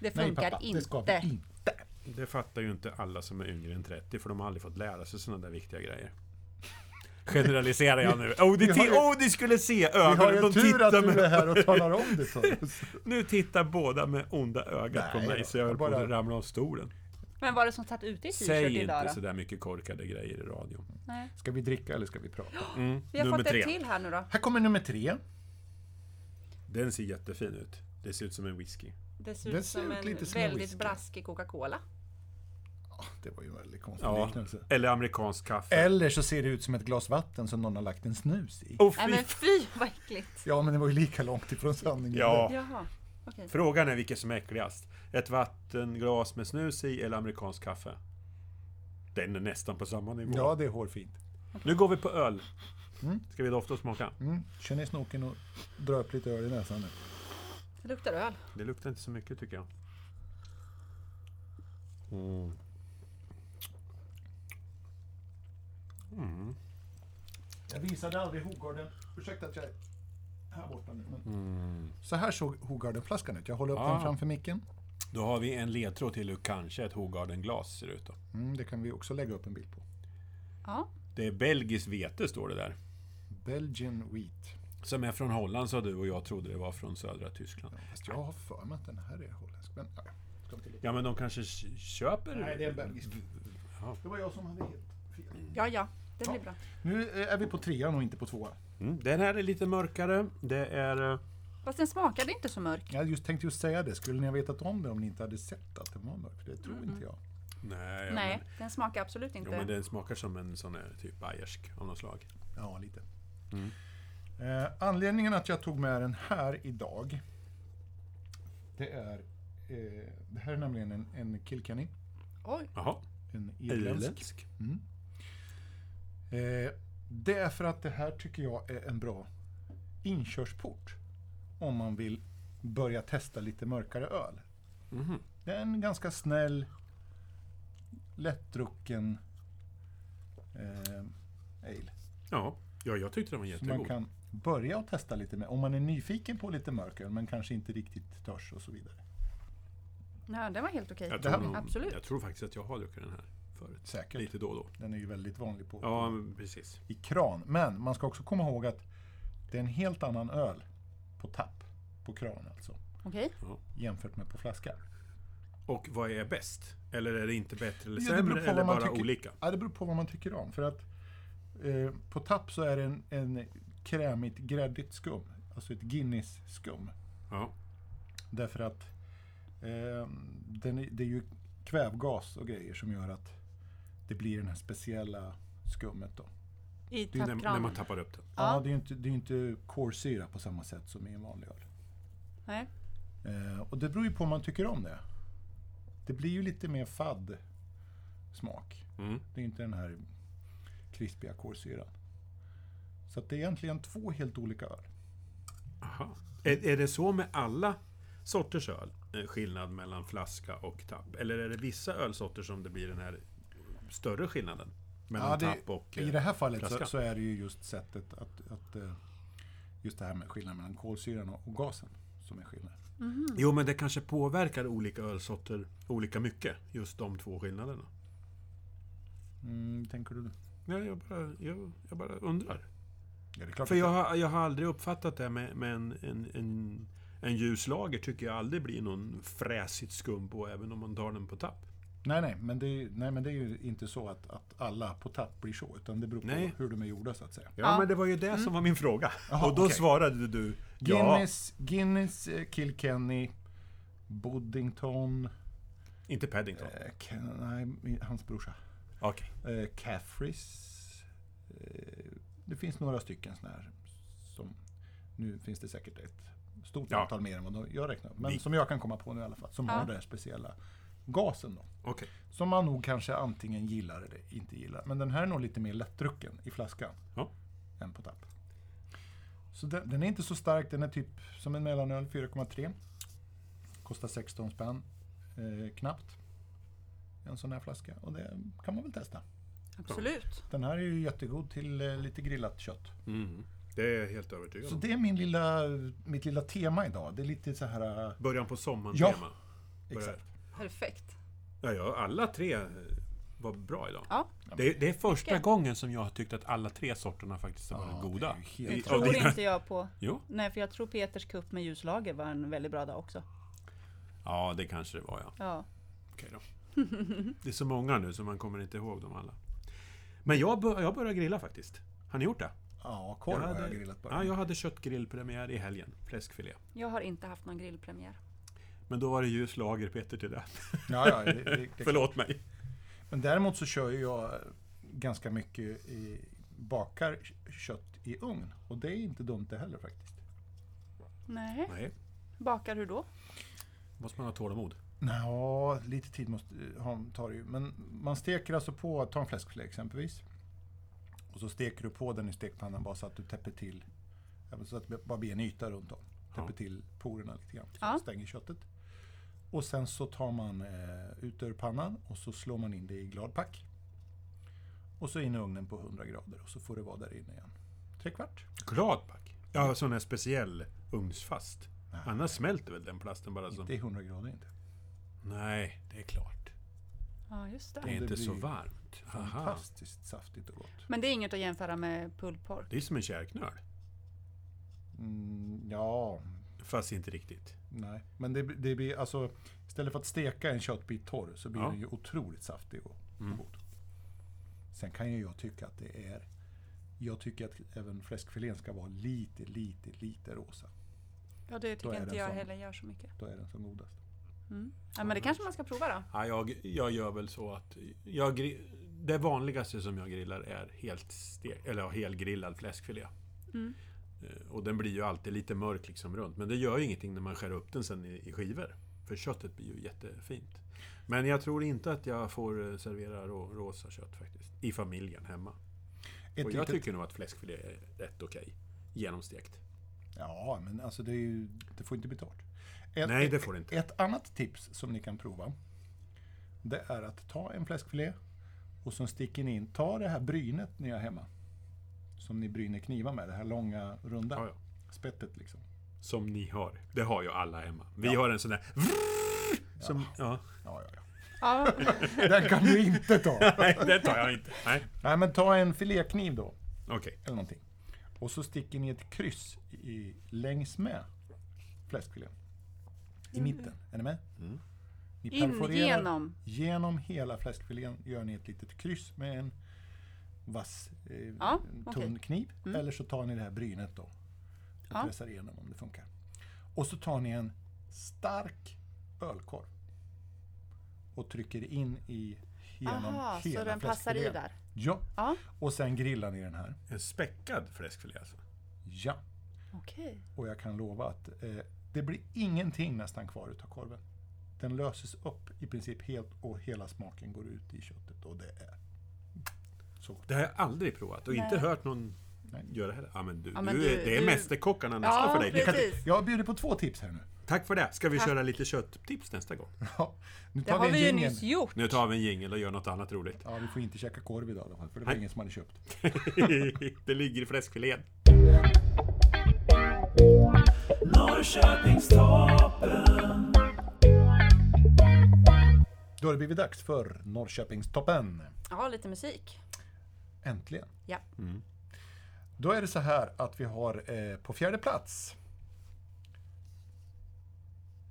C: Det funkar inte.
E: det ska vi inte.
D: Det fattar ju inte alla som är yngre än 30 för de har aldrig fått lära sig sådana där viktiga grejer. Generaliserar jag nu. Oh,
E: Vi
D: det
E: har
D: ti-
E: ju-
D: oh, ni skulle se
E: Vi har
D: ögonen!
E: ju
D: De
E: tur
D: tittar
E: att du är
D: med,
E: här och talar om det för oss.
D: nu tittar båda med onda ögat på
E: Nej
D: mig
E: då,
D: så jag höll
E: bara-
D: på att ramla av stolen.
C: Men var det som satt ute i t-shirt
D: Säg
C: idag
D: inte
C: då?
D: sådär mycket korkade grejer i radion.
C: Nej.
E: Ska vi dricka eller ska vi prata?
D: Mm,
C: Vi har
D: nummer
C: fått
D: tre.
C: ett till här nu då.
E: Här kommer nummer tre.
D: Den ser jättefin ut. Det ser ut som en whisky.
C: Det ser ut
E: Det ser
C: som
E: ut
C: en
E: lite som en
C: väldigt
E: whisky.
C: blaskig Coca-Cola.
E: Ja, Det var ju en väldigt konstig
D: Ja,
E: liknelse.
D: eller amerikansk kaffe.
E: Eller så ser det ut som ett glas vatten som någon har lagt en snus i.
D: oh,
C: Nej
D: fy.
C: men fy vad äckligt!
E: Ja, men det var ju lika långt ifrån sanningen.
D: Ja,
C: Jaha, okej.
D: frågan är vilket som är äckligast. Ett vattenglas med snus i eller amerikansk kaffe? Den är nästan på samma nivå.
E: Ja, det är hårfint.
D: Nu går vi på öl. Ska vi dofta och smaka?
E: Mm. Känner i snoken och dra upp lite öl i näsan nu.
C: Det luktar öl.
D: Det luktar inte så mycket tycker jag. Mm.
E: Jag visade aldrig Hogarden. Ursäkta att jag är här borta nu. Men... Så här såg Hogardenflaskan ut. Jag håller upp
D: Ah.
E: den framför micken.
D: Då har vi en ledtråd till hur kanske ett Hogarden-glas ser ut. Då.
E: Mm, det kan vi också lägga upp en bild på.
C: Ja,
D: Det är belgiskt vete står det där.
E: Belgian Wheat.
D: Som är från Holland sa du och jag trodde det var från södra Tyskland.
E: Fast jag har för mig att den här är holländsk. Men, ja, jag ska inte lika.
D: Ja men de kanske k- köper...
E: Nej, det är en belgisk.
D: Ja.
E: Det var jag som hade helt fel.
C: ja, ja. Det blir bra.
E: Nu eh, är vi på trean och inte på tvåan.
D: Mm, den här är lite mörkare. Det är... eh,
C: Fast den smakade inte så mörk.
E: Jag just tänkte just säga det. Skulle ni ha vetat om det om ni inte hade sett att den var mörk? Det tror inte jag.
D: Nej, ja,
C: Nej,
D: Men,
C: den smakar absolut inte.
D: jo, men den smakar som en sån här typ bayersk av något slag.
E: Ja, lite. Eh, anledningen att jag tog med den här idag, det är... Eh, det här är nämligen en, en Kilkenny,
C: Oj,
D: Jaha,
E: en irländsk.
D: irländsk.
E: Mm. Eh, det är för att det här tycker jag är en bra inkörsport om man vill börja testa lite mörkare öl.
D: Mhm.
E: Det är en ganska snäll, lättdrucken eh, ale.
D: Ja. ja, jag tyckte den var
E: Som man
D: jättegod.
E: kan börja och testa lite med. Om man är nyfiken på lite mörker men kanske inte riktigt törs och så vidare.
C: nej, den var helt okej.
D: Jag
E: Det
D: tror,
E: här-
D: nog,
C: Absolut.
D: jag tror faktiskt att jag har druckit den här förut.
E: Säkert.
D: Lite då och då.
E: Den är ju väldigt vanlig på,
D: Ja, men precis.
E: i kran. Men man ska också komma ihåg att det är en helt annan öl på tapp, på kran alltså,
C: Okej.
E: jämfört med på flaska.
D: Och vad är bäst? Eller är det inte bättre eller
E: Ja, det
D: sämre?
E: beror på
D: eller
E: vad man
D: bara
E: tycker.
D: olika?
E: Ja, det beror på vad man tycker om. För att eh, på tapp så är det en, en krämigt gräddigt skum, alltså ett Guinness-skum.
D: Ja.
E: Därför att eh, den är, det är ju kvävgas och grejer som gör att det blir det här speciella skummet. Då.
C: I
D: Det är när, när man
C: tappkranen.
D: tappar upp den.
E: Ja.
C: Ja.
E: det är ju inte, det är ju inte kolsyra på samma sätt som i en vanlig öl.
C: Nej.
E: Eh, och det beror ju på om man tycker om det. Det blir ju lite mer fadd smak.
D: Mm.
E: Det är inte den här krispiga kolsyran. Så att det är egentligen två helt olika öl.
D: Aha. Är, är det så med alla sorters öl? eh, Skillnad mellan flaska och tapp? Eller är det vissa ölsorter som det blir den här större skillnaden? Mellan
E: Ja, det-
D: tapp och...
E: I
D: eh,
E: det här fallet så,
D: flaska.
E: så är det ju just sättet att, att eh, just det här med skillnaden mellan kolsyran och, och gasen som är skillnaden.
D: Jo, men det kanske påverkar olika ölsorter olika mycket. Just de två skillnaderna.
E: Mm, tänker du det?
D: Nej, jag bara, jag, jag bara undrar.
E: Ja, det är klart
D: För
E: att
D: jag
E: det-
D: har, jag har aldrig uppfattat det med, med en, en, en, en ljus lager tycker jag aldrig blir någon fräsigt skum på, även om man tar den på tapp.
E: nej, nej, men det är, nej, men det är ju inte så att, att alla på tapp blir så, utan det beror på
D: Nej.
E: hur de är gjorda så att säga.
D: Ja, men det var ju det som var min fråga.
E: Mm. Jaha,
D: och då
E: okej.
D: svarade du ja,
E: Guinness, Guinness eh, Kilkenny, Boddington,
D: inte Paddington.
E: eh, Ken, nej, hans brorsa,
D: Okej.
E: eh, Caffreys. Eh, det finns några stycken sådana här. Som, nu finns det säkert ett stort
D: Ja.
E: antal mer än vad jag räknar upp, men
D: Vi-
E: som jag kan komma på nu i alla fall, som
C: Ja.
E: har den här speciella gasen. Då.
D: Okej.
E: Som man nog kanske antingen gillar eller inte gillar. Men den här är nog lite mer lättdrucken i flaskan.
D: Ja.
E: Än på tapp. Så den, den är inte så stark. Den är typ som en mellanöl, 4,3. Kostar 16 spänn. Eh, knappt. En sån här flaska. Och det kan man väl testa.
C: Absolut.
E: Den här är ju jättegod till eh, lite grillat kött.
D: Mm. Det är jag helt övertygad
E: Så
D: om.
E: det är min lilla, mitt lilla tema idag. Det är lite så här... eh,
D: Början på sommaren
E: Ja.
D: tema.
E: Exakt.
C: Perfekt.
D: Ja, ja, alla tre eh, var bra idag.
C: Ja.
D: Det, det är första
C: Okej.
D: gången som jag har tyckt att alla tre sorterna faktiskt har varit
E: Ja,
D: goda.
E: det är ju
C: Nu
E: helt-
D: I- av
C: tror
D: dina-
C: inte jag på...
D: Jo.
C: Nej, för jag tror Peters kupp med ljuslager var en väldigt bra dag också.
D: Ja, det kanske det var ja.
C: Ja.
D: Okej då. Det är så många nu så man kommer inte ihåg dem alla. Men jag, bör, jag börjar grilla faktiskt. Har ni gjort det?
E: Ja, korv har jag grillat bara.
D: ja, jag hade köttgrillpremiär i helgen. Fläskfilé.
C: Jag har inte haft någon grillpremiär.
D: Men då var det ljus lager Peter till det.
E: ja, ja, det, det, det,
D: Förlåt mig.
E: Men däremot så kör ju jag ganska mycket i, bakar kött i ugn. Och det är inte dumt det heller faktiskt.
C: Nej.
D: Nej,
C: Bakar hur då?
D: måste man ha tålamod.
E: Ja, lite tid måste, eh, ha- tar det ju. Men man steker alltså på, ta en fläskfilé exempelvis. Och så steker du på den i stekpannan bara så att du täpper till, ja, men så att det bara blir en yta runt om. Täpper
D: Ja.
E: till porerna lite grann, så
C: Ja.
E: ja. stänger köttet. Och sen så tar man eh, ut ur pannan och så slår man in det i gladpack. Och så in i ugnen på 100 grader och så får det vara där inne igen. Tre kvart.
D: Gladpack? Ja, sån här speciell ugnsfast. Annars smälter väl den plasten bara som...
E: Inte i 100 grader inte.
D: Nej, det är klart.
C: Ja, just
D: Det är
C: det.
E: det
D: inte så
E: blir-
D: varmt. Aha.
E: Fantastiskt saftigt och gott.
C: Men det är inget att jämföra med pullpork.
D: Det är som en kärknöl.
E: Mm, ja,
D: Fast inte riktigt.
E: Nej, men det, det blir alltså istället för att steka en köttbit torr så blir
D: Ja.
E: den ju otroligt saftig och
D: Mm.
E: och god. Sen kan ju jag tycka att det är jag tycker att även fläskfilén ska vara lite, lite, lite rosa.
C: Ja, det
E: Då
C: tycker
E: är
C: inte
E: den
C: jag
E: sån.
C: heller gör så mycket.
E: Då är den som godast.
C: Mm. Ja, men det kanske man ska prova då.
D: Ja, jag, jag gör väl så att... Jag, gri- det vanligaste som jag grillar är helt stek, eller ja, helgrillad fläskfilé. Eh, Och den blir ju alltid lite mörk liksom runt. Men det gör ju ingenting när man skär upp den sen i, i skivor. För köttet blir ju jättefint. Men jag tror inte att jag får eh, servera rå, rosa kött faktiskt. I familjen hemma.
E: Ett
D: Och jag
E: litet-
D: tycker nog att fläskfilé är rätt okej. Genomstekt.
E: Ja, men alltså det, är ju, det får inte bli torrt. Ett,
D: Nej, det får det inte.
E: Ett annat tips som ni kan prova, det är att ta en fläskfilé och så sticker ni in, ta det här brynet ni har hemma, som ni bryner knivar med, det här långa runda
D: Ja, ja.
E: spettet liksom.
D: Som ni har. Det har ju alla hemma. Vi har en sån där... Som, ja.
E: Ja, ja,
C: Ja,
E: ja. Den kan du inte ta.
D: Nej, det tar jag inte. Nej,
E: Nej, men ta en filékniv då,
D: okej.
E: eller någonting. Och så sticker ni ett kryss i, längs med fläskfilén. I mitten, är ni med? Ni
C: Mm. in genom.
E: Genom hela fläskfilén gör ni ett litet kryss med en vass, eh,
C: Ja,
E: tunn
C: okej. Mm.
E: kniv. Eller så tar ni det här brynet då och
C: Ja.
E: pressar igenom om det funkar. Och så tar ni en stark ölkorv och trycker in i genom
C: Aha,
E: hela
C: så den passar i
E: fläskfilén.
C: där.
E: Ja,
C: Ja,
E: och sen grillar ni den här.
D: En späckad fläskfilé alltså?
E: Ja,
C: okej.
E: och jag kan lova att eh, det blir ingenting nästan kvar utav korven. Den löses upp i princip helt och hela smaken går ut i köttet och det är så gott.
D: Det har jag aldrig provat och
C: Nej.
D: inte hört någon göra heller. Ja, men du,
C: Ja, men
D: du, är-
C: du-
D: det är
C: du-
D: mästerkockarna nästa
C: Ja,
D: för dig.
E: Jag, kan,
C: Precis.
E: jag bjuder på två tips här nu.
D: Tack för det. Ska vi
C: Tack.
D: köra lite kötttips nästa gång?
E: Ja, nu
C: Det
E: tar
C: har
E: vi en
C: vi ju
E: jingle.
C: nyss gjort.
D: Nu tar vi en jingel och gör något annat roligt.
E: Ja, vi får inte käka korv idag i alla fall, för det var
D: Nej.
E: ingen som hade köpt.
D: det ligger i fläskfilén.
A: Norrköpingstoppen
E: Då har det blivit dags för Norrköpingstoppen.
C: Ja, lite musik.
E: Äntligen.
C: Ja.
E: Då är det så här att vi har eh, på fjärde plats.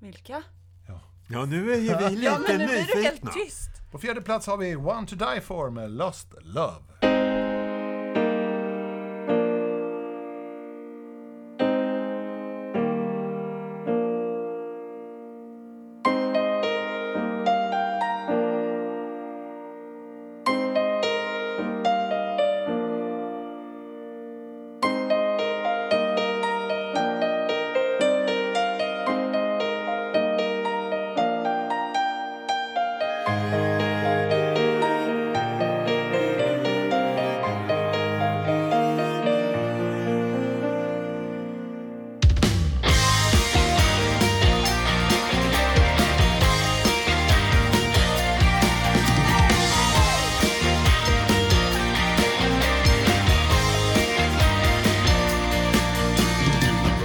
C: Vilka?
E: Ja.
D: Ja, nu är ju vi lite
C: Ja, men nu blir du
D: nyfikna.
C: helt tyst.
E: På fjärde plats har vi One to Die For med Lost Love.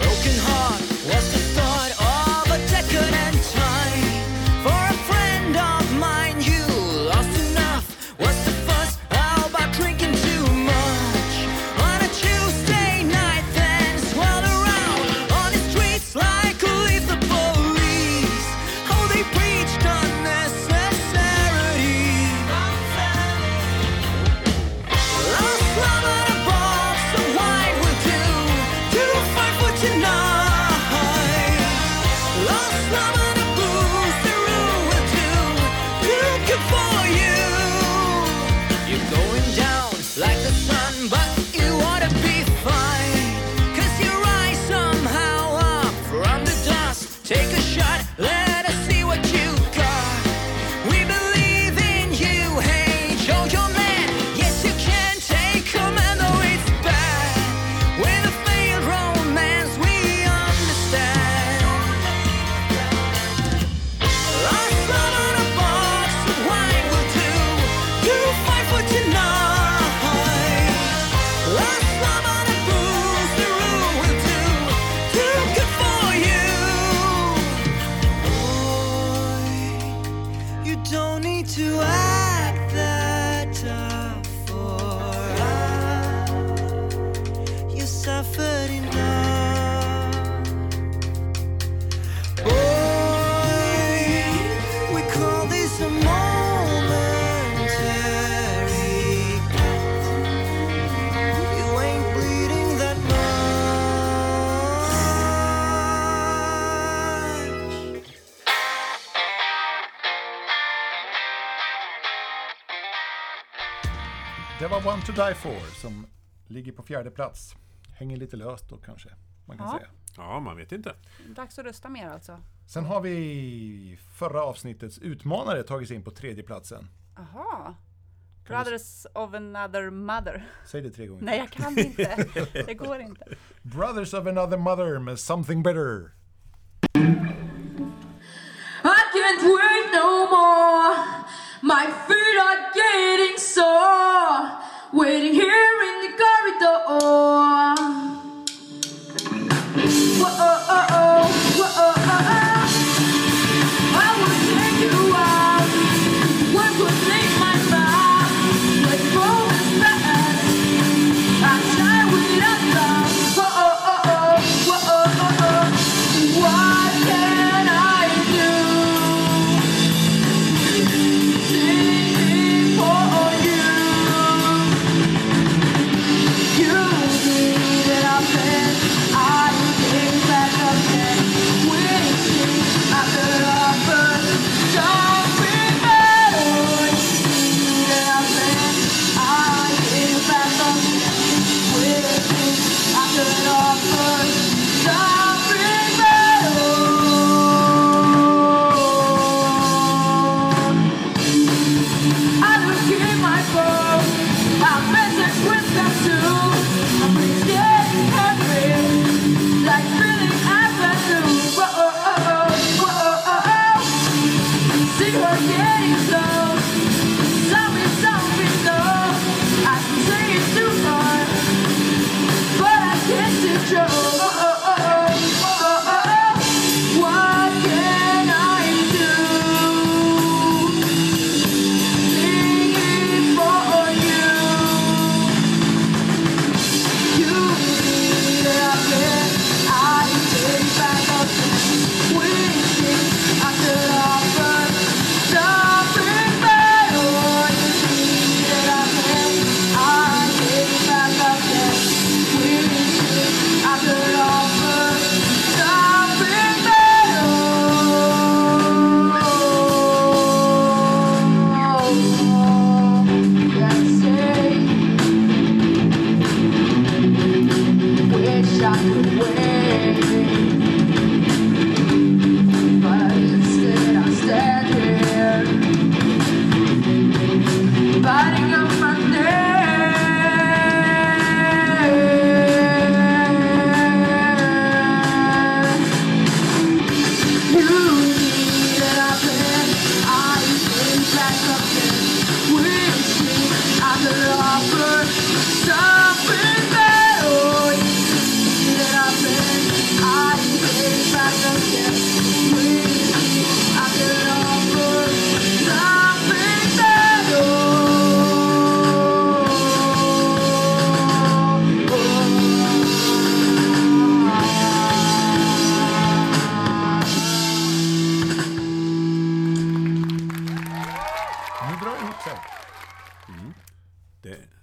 A: Broken heart was the thought of a decadent time. For a friend of mine, you lost enough. What's the fuss about drinking too much? On a Tuesday night, then swirled around on the streets like who leaves the police. Oh, they preached unnecessity. Lost love at a bar, so wine will do to fight for tonight. Lost love at a booze, the room will do to good for you. You're going down like the sun, but you ought to be fine. 'Cause you rise somehow up from the dust. Take a shot, let us see what you got. We believe in you, hey, show your man. Yes, you can take command, though it's bad. With a failed romance, we understand. Lost love on a box of wine will do. You fight for tonight. Lost love on a booze, the rule will do. Too good for you. Boy. You don't need to act that tough for us. You suffered enough. Boy, we call this a momentary act. You ain't bleeding that much.
E: Det var One to Die For som ligger på fjärde plats. Hänger lite löst då kanske, man kan
C: Ja.
E: säga.
D: Ja, man vet inte.
C: Dags att rösta mer alltså.
E: Sen har vi förra avsnittets utmanare tagit sig in på tredje platsen.
C: Aha. Brothers of another mother.
E: Säg det tre gånger.
C: Nej, jag kan inte. Det går inte.
E: Brothers of another mother med Something Better.
F: I can't wait no more. My feet are getting sore. Waiting here in the corridor. Whoa, oh, oh, oh. Whoa, oh, oh, oh. I will take you out. What would make my mind? Like moments back. I try without love. Whoa, oh, oh, oh. Whoa, oh, oh, oh.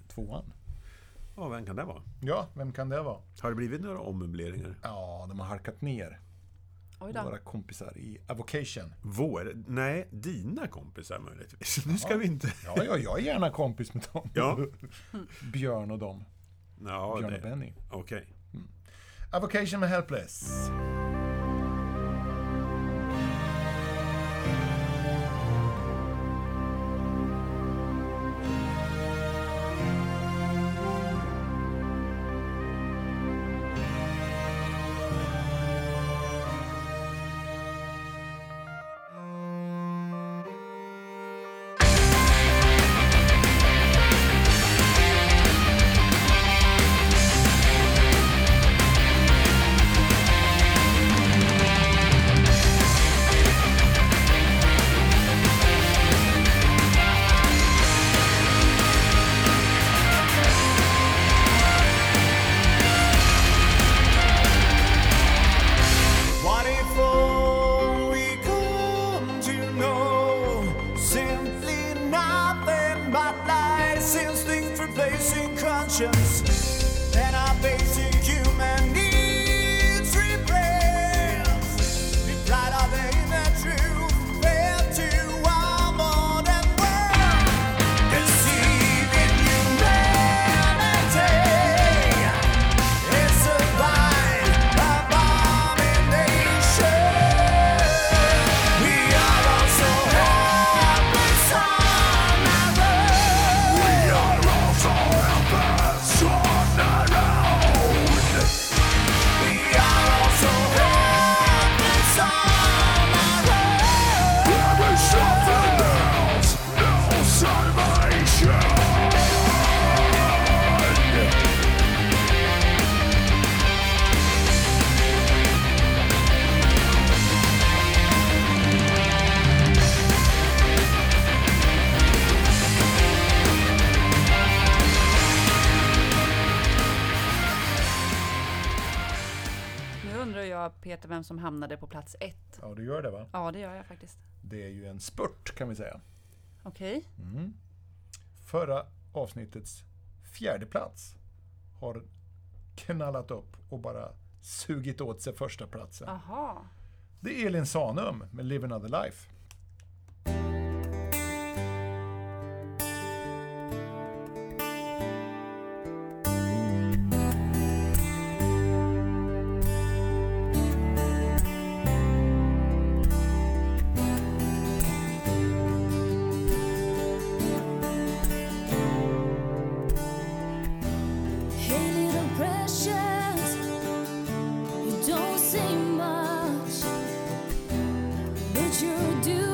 E: tvåan.
D: Ja, vem kan det vara?
E: Ja, vem kan det vara?
D: Har det blivit några ommöbleringar?
E: Ja, de har harkat ner
C: Oj då.
E: våra kompisar i Avocation.
D: Vår? Nej, dina kompisar möjligtvis. Nu ska vi inte...
E: Ja, ja, jag är gärna kompis med dem.
D: Ja.
E: Björn och dem.
D: Ja,
E: Björn och
D: det...
E: Benny.
D: Okej.
E: Avocation med Helpless.
A: What if all we come to know simply nothing but lies, instinct replacing conscience, and our basic human needs replaced? Be bright of the inner truth, fair to our modern world, conceiving humanity. It's a vine, a We are all so helpless on our own. We are all so helpless on our own. We are all so helpless on our own. There is nothing else, no salvation.
C: Nu undrar jag Peter vem som hamnade på plats ett.
E: Ja, du gör det va?
C: Ja, det gör jag faktiskt.
E: Det är ju en spurt kan vi säga.
C: Okej.
E: Förra avsnittets fjärde plats har knallat upp och bara sugit åt sig första platsen.
C: Aha.
E: Det är Elin Sanum med Live Another Life.
G: Hey, little precious, you don't say much, but you do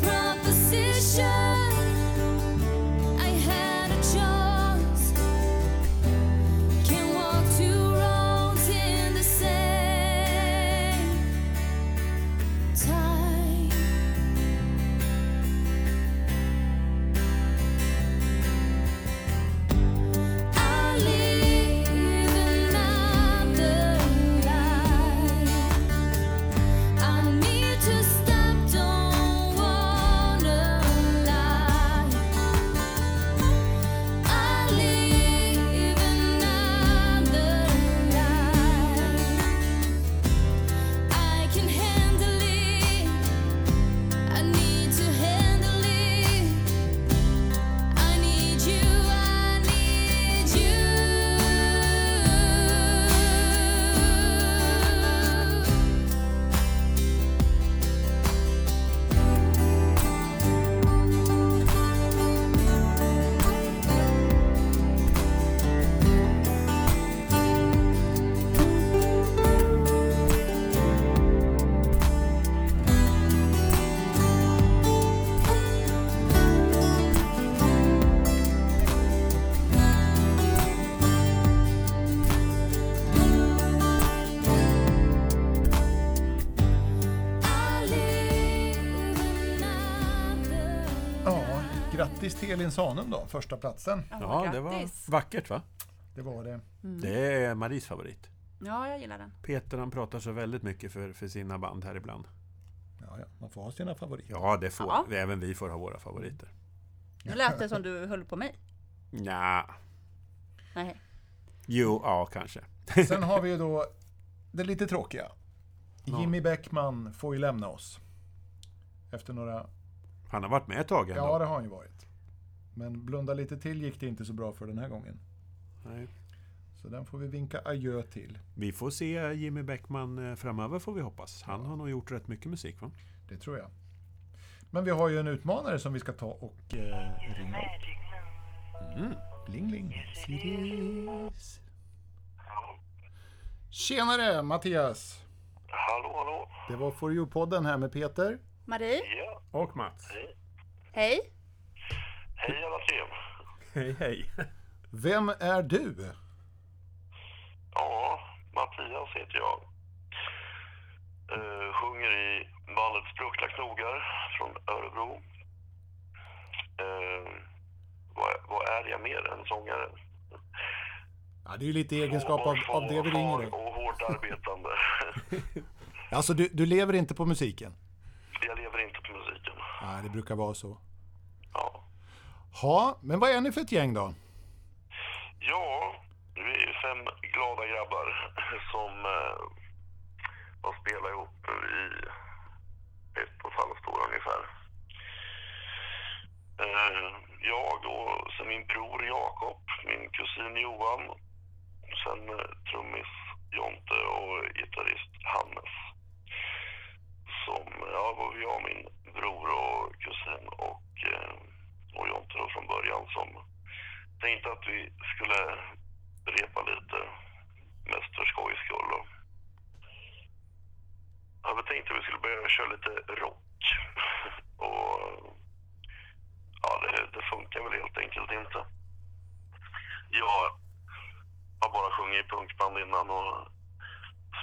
G: proposition. I had a choice. Can walk two roads in the same time. I live another life. I need to stop, don't wanna lie. I live another life. I can handle it. I need to handle it. I need you. I need you. I live another
E: Ja, grattis till Elin Sanum då, första platsen.
D: Ja,
C: grattis.
D: det
C: Mm.
D: var vackert va?
E: Det var det.
D: Det är Maries favorit.
C: Ja, jag gillar den.
D: Peter han pratar så väldigt mycket för, för sina band här ibland.
E: Ja, ja, man får ha sina favoriter.
D: Ja, det får
C: Ja.
D: även vi får ha våra favoriter.
C: Nu lät det som du höll på mig.
D: Mm. Nja,
C: Nej.
D: jo, ja kanske.
E: Sen har vi ju då det lite tråkiga. Jimmy Bäckman får ju lämna oss. Efter några...
D: Han har varit med ett tag ändå.
E: Ja, det har han ju varit. Men blunda lite till gick det inte så bra för den här gången.
D: Nej.
E: Så den får vi vinka adjö till.
D: Vi får se Jimmy Bäckman eh, framöver får vi hoppas. Han har nog gjort rätt mycket musik va?
E: Det tror jag. Men vi har ju en utmanare som vi ska ta och eh, ringa upp. Mm. Ling, ling. Tjenare Mattias!
H: Hallå, hallå.
E: Det var For You-podden här med Peter.
C: Marie,
H: Ja,
D: Och Mats.
C: hej.
H: hej alla tre.
D: Hej hej.
E: Vem är du?
H: Ja, Mattias heter jag. Eh, sjunger i bandet Spruckna knogar från Örebro. Eh, vad, vad är jag mer än sångare?
E: Ja, det är ju lite i egenskap av, av det vi ringer dig.
H: Och hårt arbetande.
E: Alltså, du, du lever inte på musiken?
H: jag lever inte på musiken.
E: Nej, det brukar vara så.
H: Ja,
E: Ja, men vad är ni för ett gäng då?
H: ja vi är fem glada grabbar som eh, har spelat ihop i ett och ett halvt år ungefär. Eh, Jag och sen min bror Jakob, min kusin Johan, sen eh, trummis Jonte och gitarrist Hannes. Som, ja, det var jag, min bror och kusin och, eh, och Jonte då från början som tänkte att vi skulle repa lite, mest för skojs skull. då. Ja, vi tänkte att vi skulle börja köra lite rock. Och ja, det, det funkar väl helt enkelt inte. Jag har bara sjungit i punkband innan och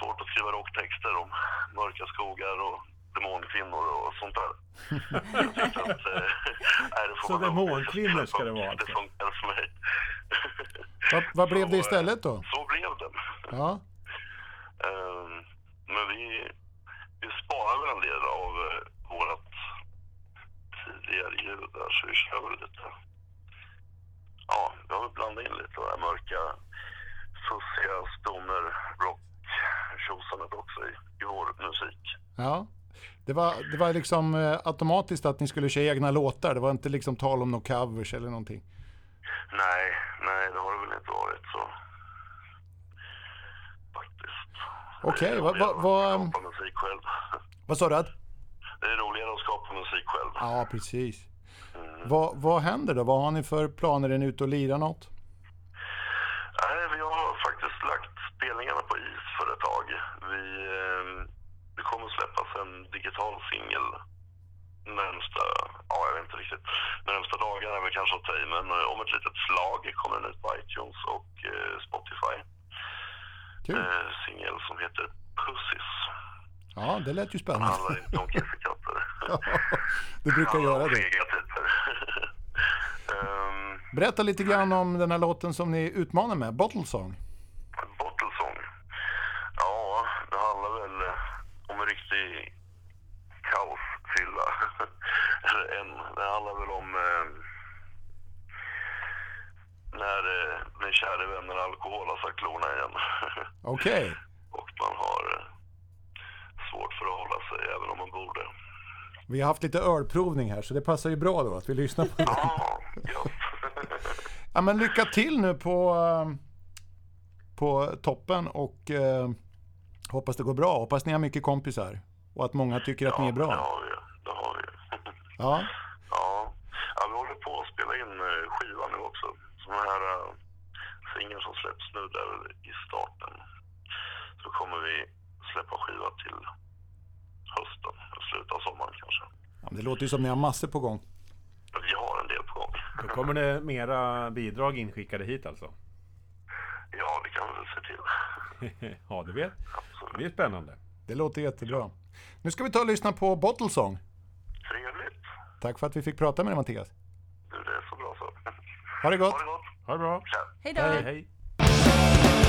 H: svårt att skriva rocktexter om mörka skogar och demonkvinnor och sånt där. Jag tyckte att, eh, nej, det får
D: Så
H: man nog-
D: demonkvinnor ska det vara
H: Det
D: alltså?
H: funkar för mig.
E: Vad, vad blev det
H: Så,
E: istället då?
H: eh, Så blev det.
E: Ja,
H: Ehm, men vi, vi sparar väl en del av eh, vårt tidigare ljud där, så vi kör väl lite. Ja, vi har väl blandat in lite av det här mörka, sussiga stoner rock tjosandet också i, i vår musik.
E: ja. Det var, det var liksom eh, automatiskt att ni skulle köra egna låtar. Det var inte liksom tal om några covers eller någonting.
H: Nej, nej, det har det väl inte varit så. Faktiskt.
E: Okej,
H: Det är
E: vad- vad-
H: roligare
E: vad-
H: att skapa musik själv.
E: Vad sa du? Att?
H: Det är roligare att skapa musik själv.
E: Ja, precis. Vad, vad händer då? Vad har ni för planer? Är ni ute och lirar något?
H: Nej, vi har faktiskt lagt spelningarna på is för ett ehm, tag. Vi, eh, det kommer släppas en digital singel närmsta, ja jag vet inte riktigt, närmsta dagarna är väl kanske att ta i, men eh, om ett litet slag kommer den ut på iTunes och eh, Spotify.
E: Kul.
H: Eh, Singel som heter Pussis.
E: Ja, det lät ju spännande.
H: Handlar inte om kissekatter.
E: det brukar
H: Handlar
E: göra
H: om
E: det.
H: fega typer. typ. Ehm,
E: Berätta lite grann om den här låten som ni utmanar med, Bottle Song.
H: Bottlesong. Ja, det handlar väl eh, om en riktig kaosfylla. Eller en. Det handlar väl om eh, när eh, den käre vännen alkohol har satt klorna igen.
E: Okej,
H: Och man har eh, svårt för att hålla sig, även om man borde.
E: vi har haft lite ölprovning här så det passar ju bra då att vi lyssnar på det.
H: Ja, gött.
E: Ja, men lycka till nu på, eh, på toppen och eh, hoppas det går bra. Hoppas ni har mycket kompisar och att många tycker att ni är
H: Det
E: bra.
H: har vi ju. Det har vi ju.
E: Ja,
H: Ja. ja, vi håller på att spela in eh, skivan nu också. Så den här eh, singeln som släpps nu där i starten. Så kommer vi släppa skiva till hösten, slutet av sommaren kanske.
E: Ja, men det låter ju som ni har massor på gång.
H: Men vi har en del på gång.
D: Då kommer det mera bidrag inskickade hit alltså.
H: Ja, det kan vi väl se till.
D: ja, du vet. Det
H: Absolut.
D: blir spännande.
E: Det låter jättebra. Nu ska vi ta och lyssna på Bottle Song.
H: Trevligt.
E: Tack för att vi fick prata med dig Mattias.
H: Du, det är så bra så.
E: Ha det gott!
H: Ha det gott.
D: Ha det bra.
H: Tja.
C: Hej då!
D: Hej, hej.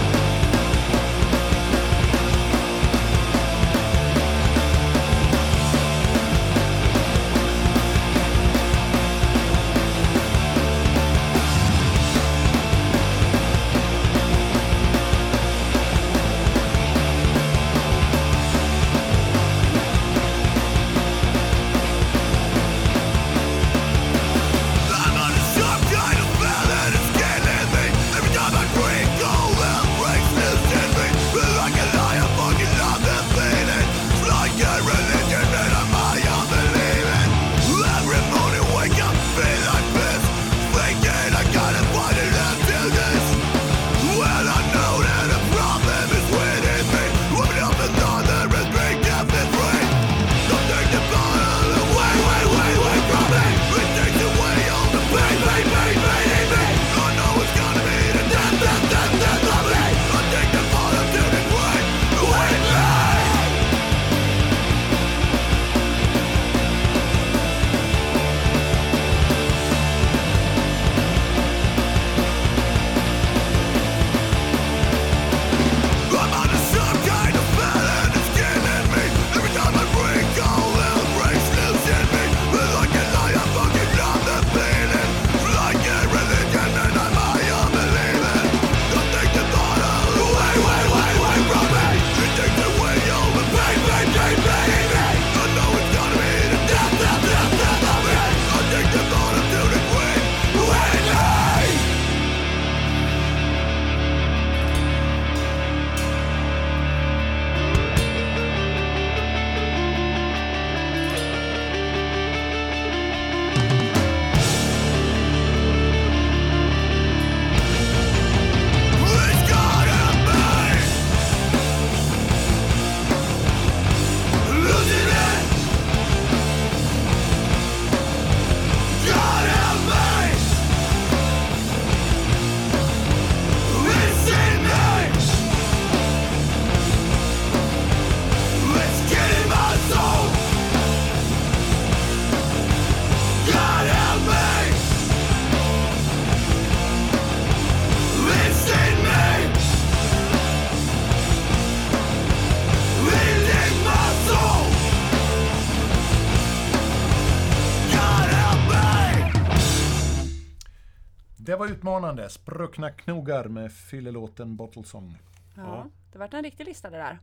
E: Det var utmanande. Spruckna knogar med fyllelåten Bottle Song.
C: Ja, det vart en riktig lista det där.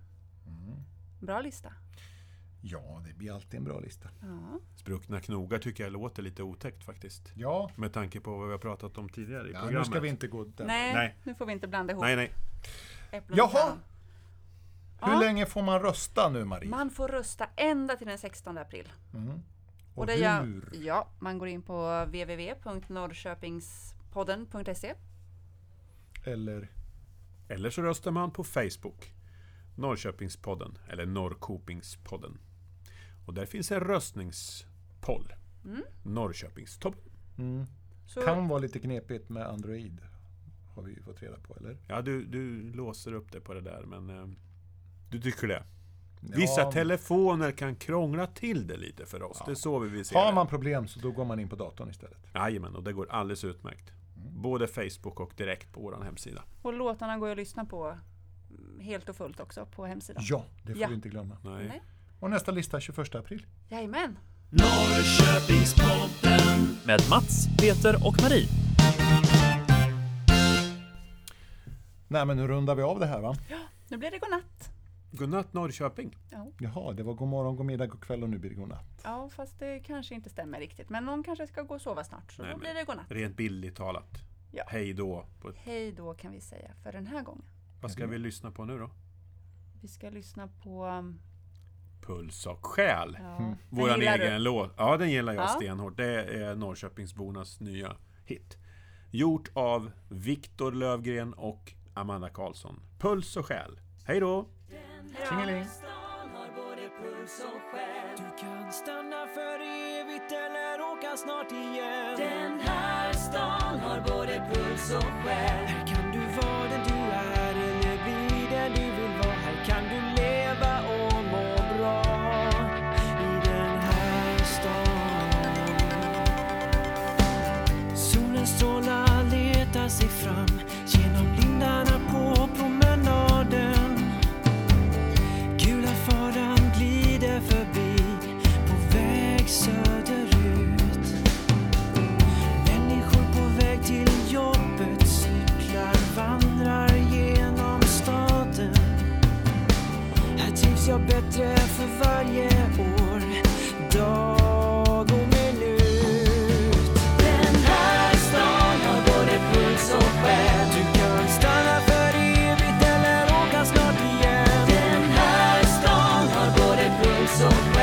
D: Mm.
C: Bra lista.
E: Ja, det blir alltid en bra lista.
D: Spruckna knogar tycker jag låter lite otäckt faktiskt.
E: Ja,
D: Med tanke på vad vi har pratat om tidigare i
E: ja
D: programmet.
E: nu ska vi inte gå där.
C: Nej,
D: Nej.
C: nu får vi inte blanda ihop
D: Nej, nej.
C: äpplen och
E: Jaha!
C: päron.
E: Hur
C: Ja.
E: länge får man rösta nu, Marie?
C: Man får rösta ända till den 16 april.
E: Och
C: det
E: hur?
C: ja, man går in på www.norrköpingspodden.se.
E: Eller?
D: Eller så röstar man på Facebook. Norrköpingspodden, eller Norrkopingspodden. Och där finns en röstningsknapp Poll. Norrköpingstoppen.
C: Så,
E: Mm. Kan vara lite knepigt med Android. Har vi ju fått reda på, eller?
D: Ja, du, du låser upp det på det där, men eh, du tycker det?
E: Ja,
D: Vissa telefoner kan krångla till det lite för oss. Det är så vi vill se
E: Har
D: det.
E: man problem så då går man in på datorn istället.
D: Jajamän, och det går alldeles utmärkt.
E: Mm.
D: Både Facebook och direkt på vår hemsida.
C: och låtarna går ju att lyssna på mm, helt och fullt också på hemsidan.
E: Ja, det får
C: Ja.
E: vi inte glömma.
D: Nej.
C: Nej.
E: Och nästa lista 21 april.
C: Jajamän!
B: Med Mats, Peter och Marie.
E: Nej, men nu rundar vi av det här va?
C: Nu blir det godnatt.
D: Godnatt Norrköping!
E: Jaha, det var god morgon, god middag, god kväll och nu blir det godnatt.
C: Ja, fast det kanske inte stämmer riktigt. Men någon kanske ska gå och sova snart, så
D: Nej,
C: då
D: men-
C: blir det godnatt.
D: Rent bildligt talat.
C: Ja.
D: Hej då! På,
C: Hej då kan vi säga för den här gången.
D: vad ska vi lyssna på nu då?
C: Vi ska lyssna på... um,
D: Puls och själ!
C: Ja, den
D: Våran
C: gillar du.
D: egen låt. Ja, den gillar jag
C: Ja.
D: stenhårt. Det är Norrköpingsbornas nya hit. Gjort av Viktor Lövgren och Amanda Karlsson. Puls och själ. Hej då!
A: Du kan stanna för evigt eller åka snart igen Den här stan har både puls och själ Här kan du vara den du är eller bli den du vill vara Här kan du leva och må bra I den här stan Solens strålar letar sig fram Genom lindarna på promenaden Gula faran glider förbi på väg söderut. Människor på väg till jobbet cyklar, vandrar genom staden. Här trivs jag bättre för varje år, dag och minut. Den här stan har både puls och själ. Du kan stanna för evigt eller åka snart igen. Den här stan har både puls och själ.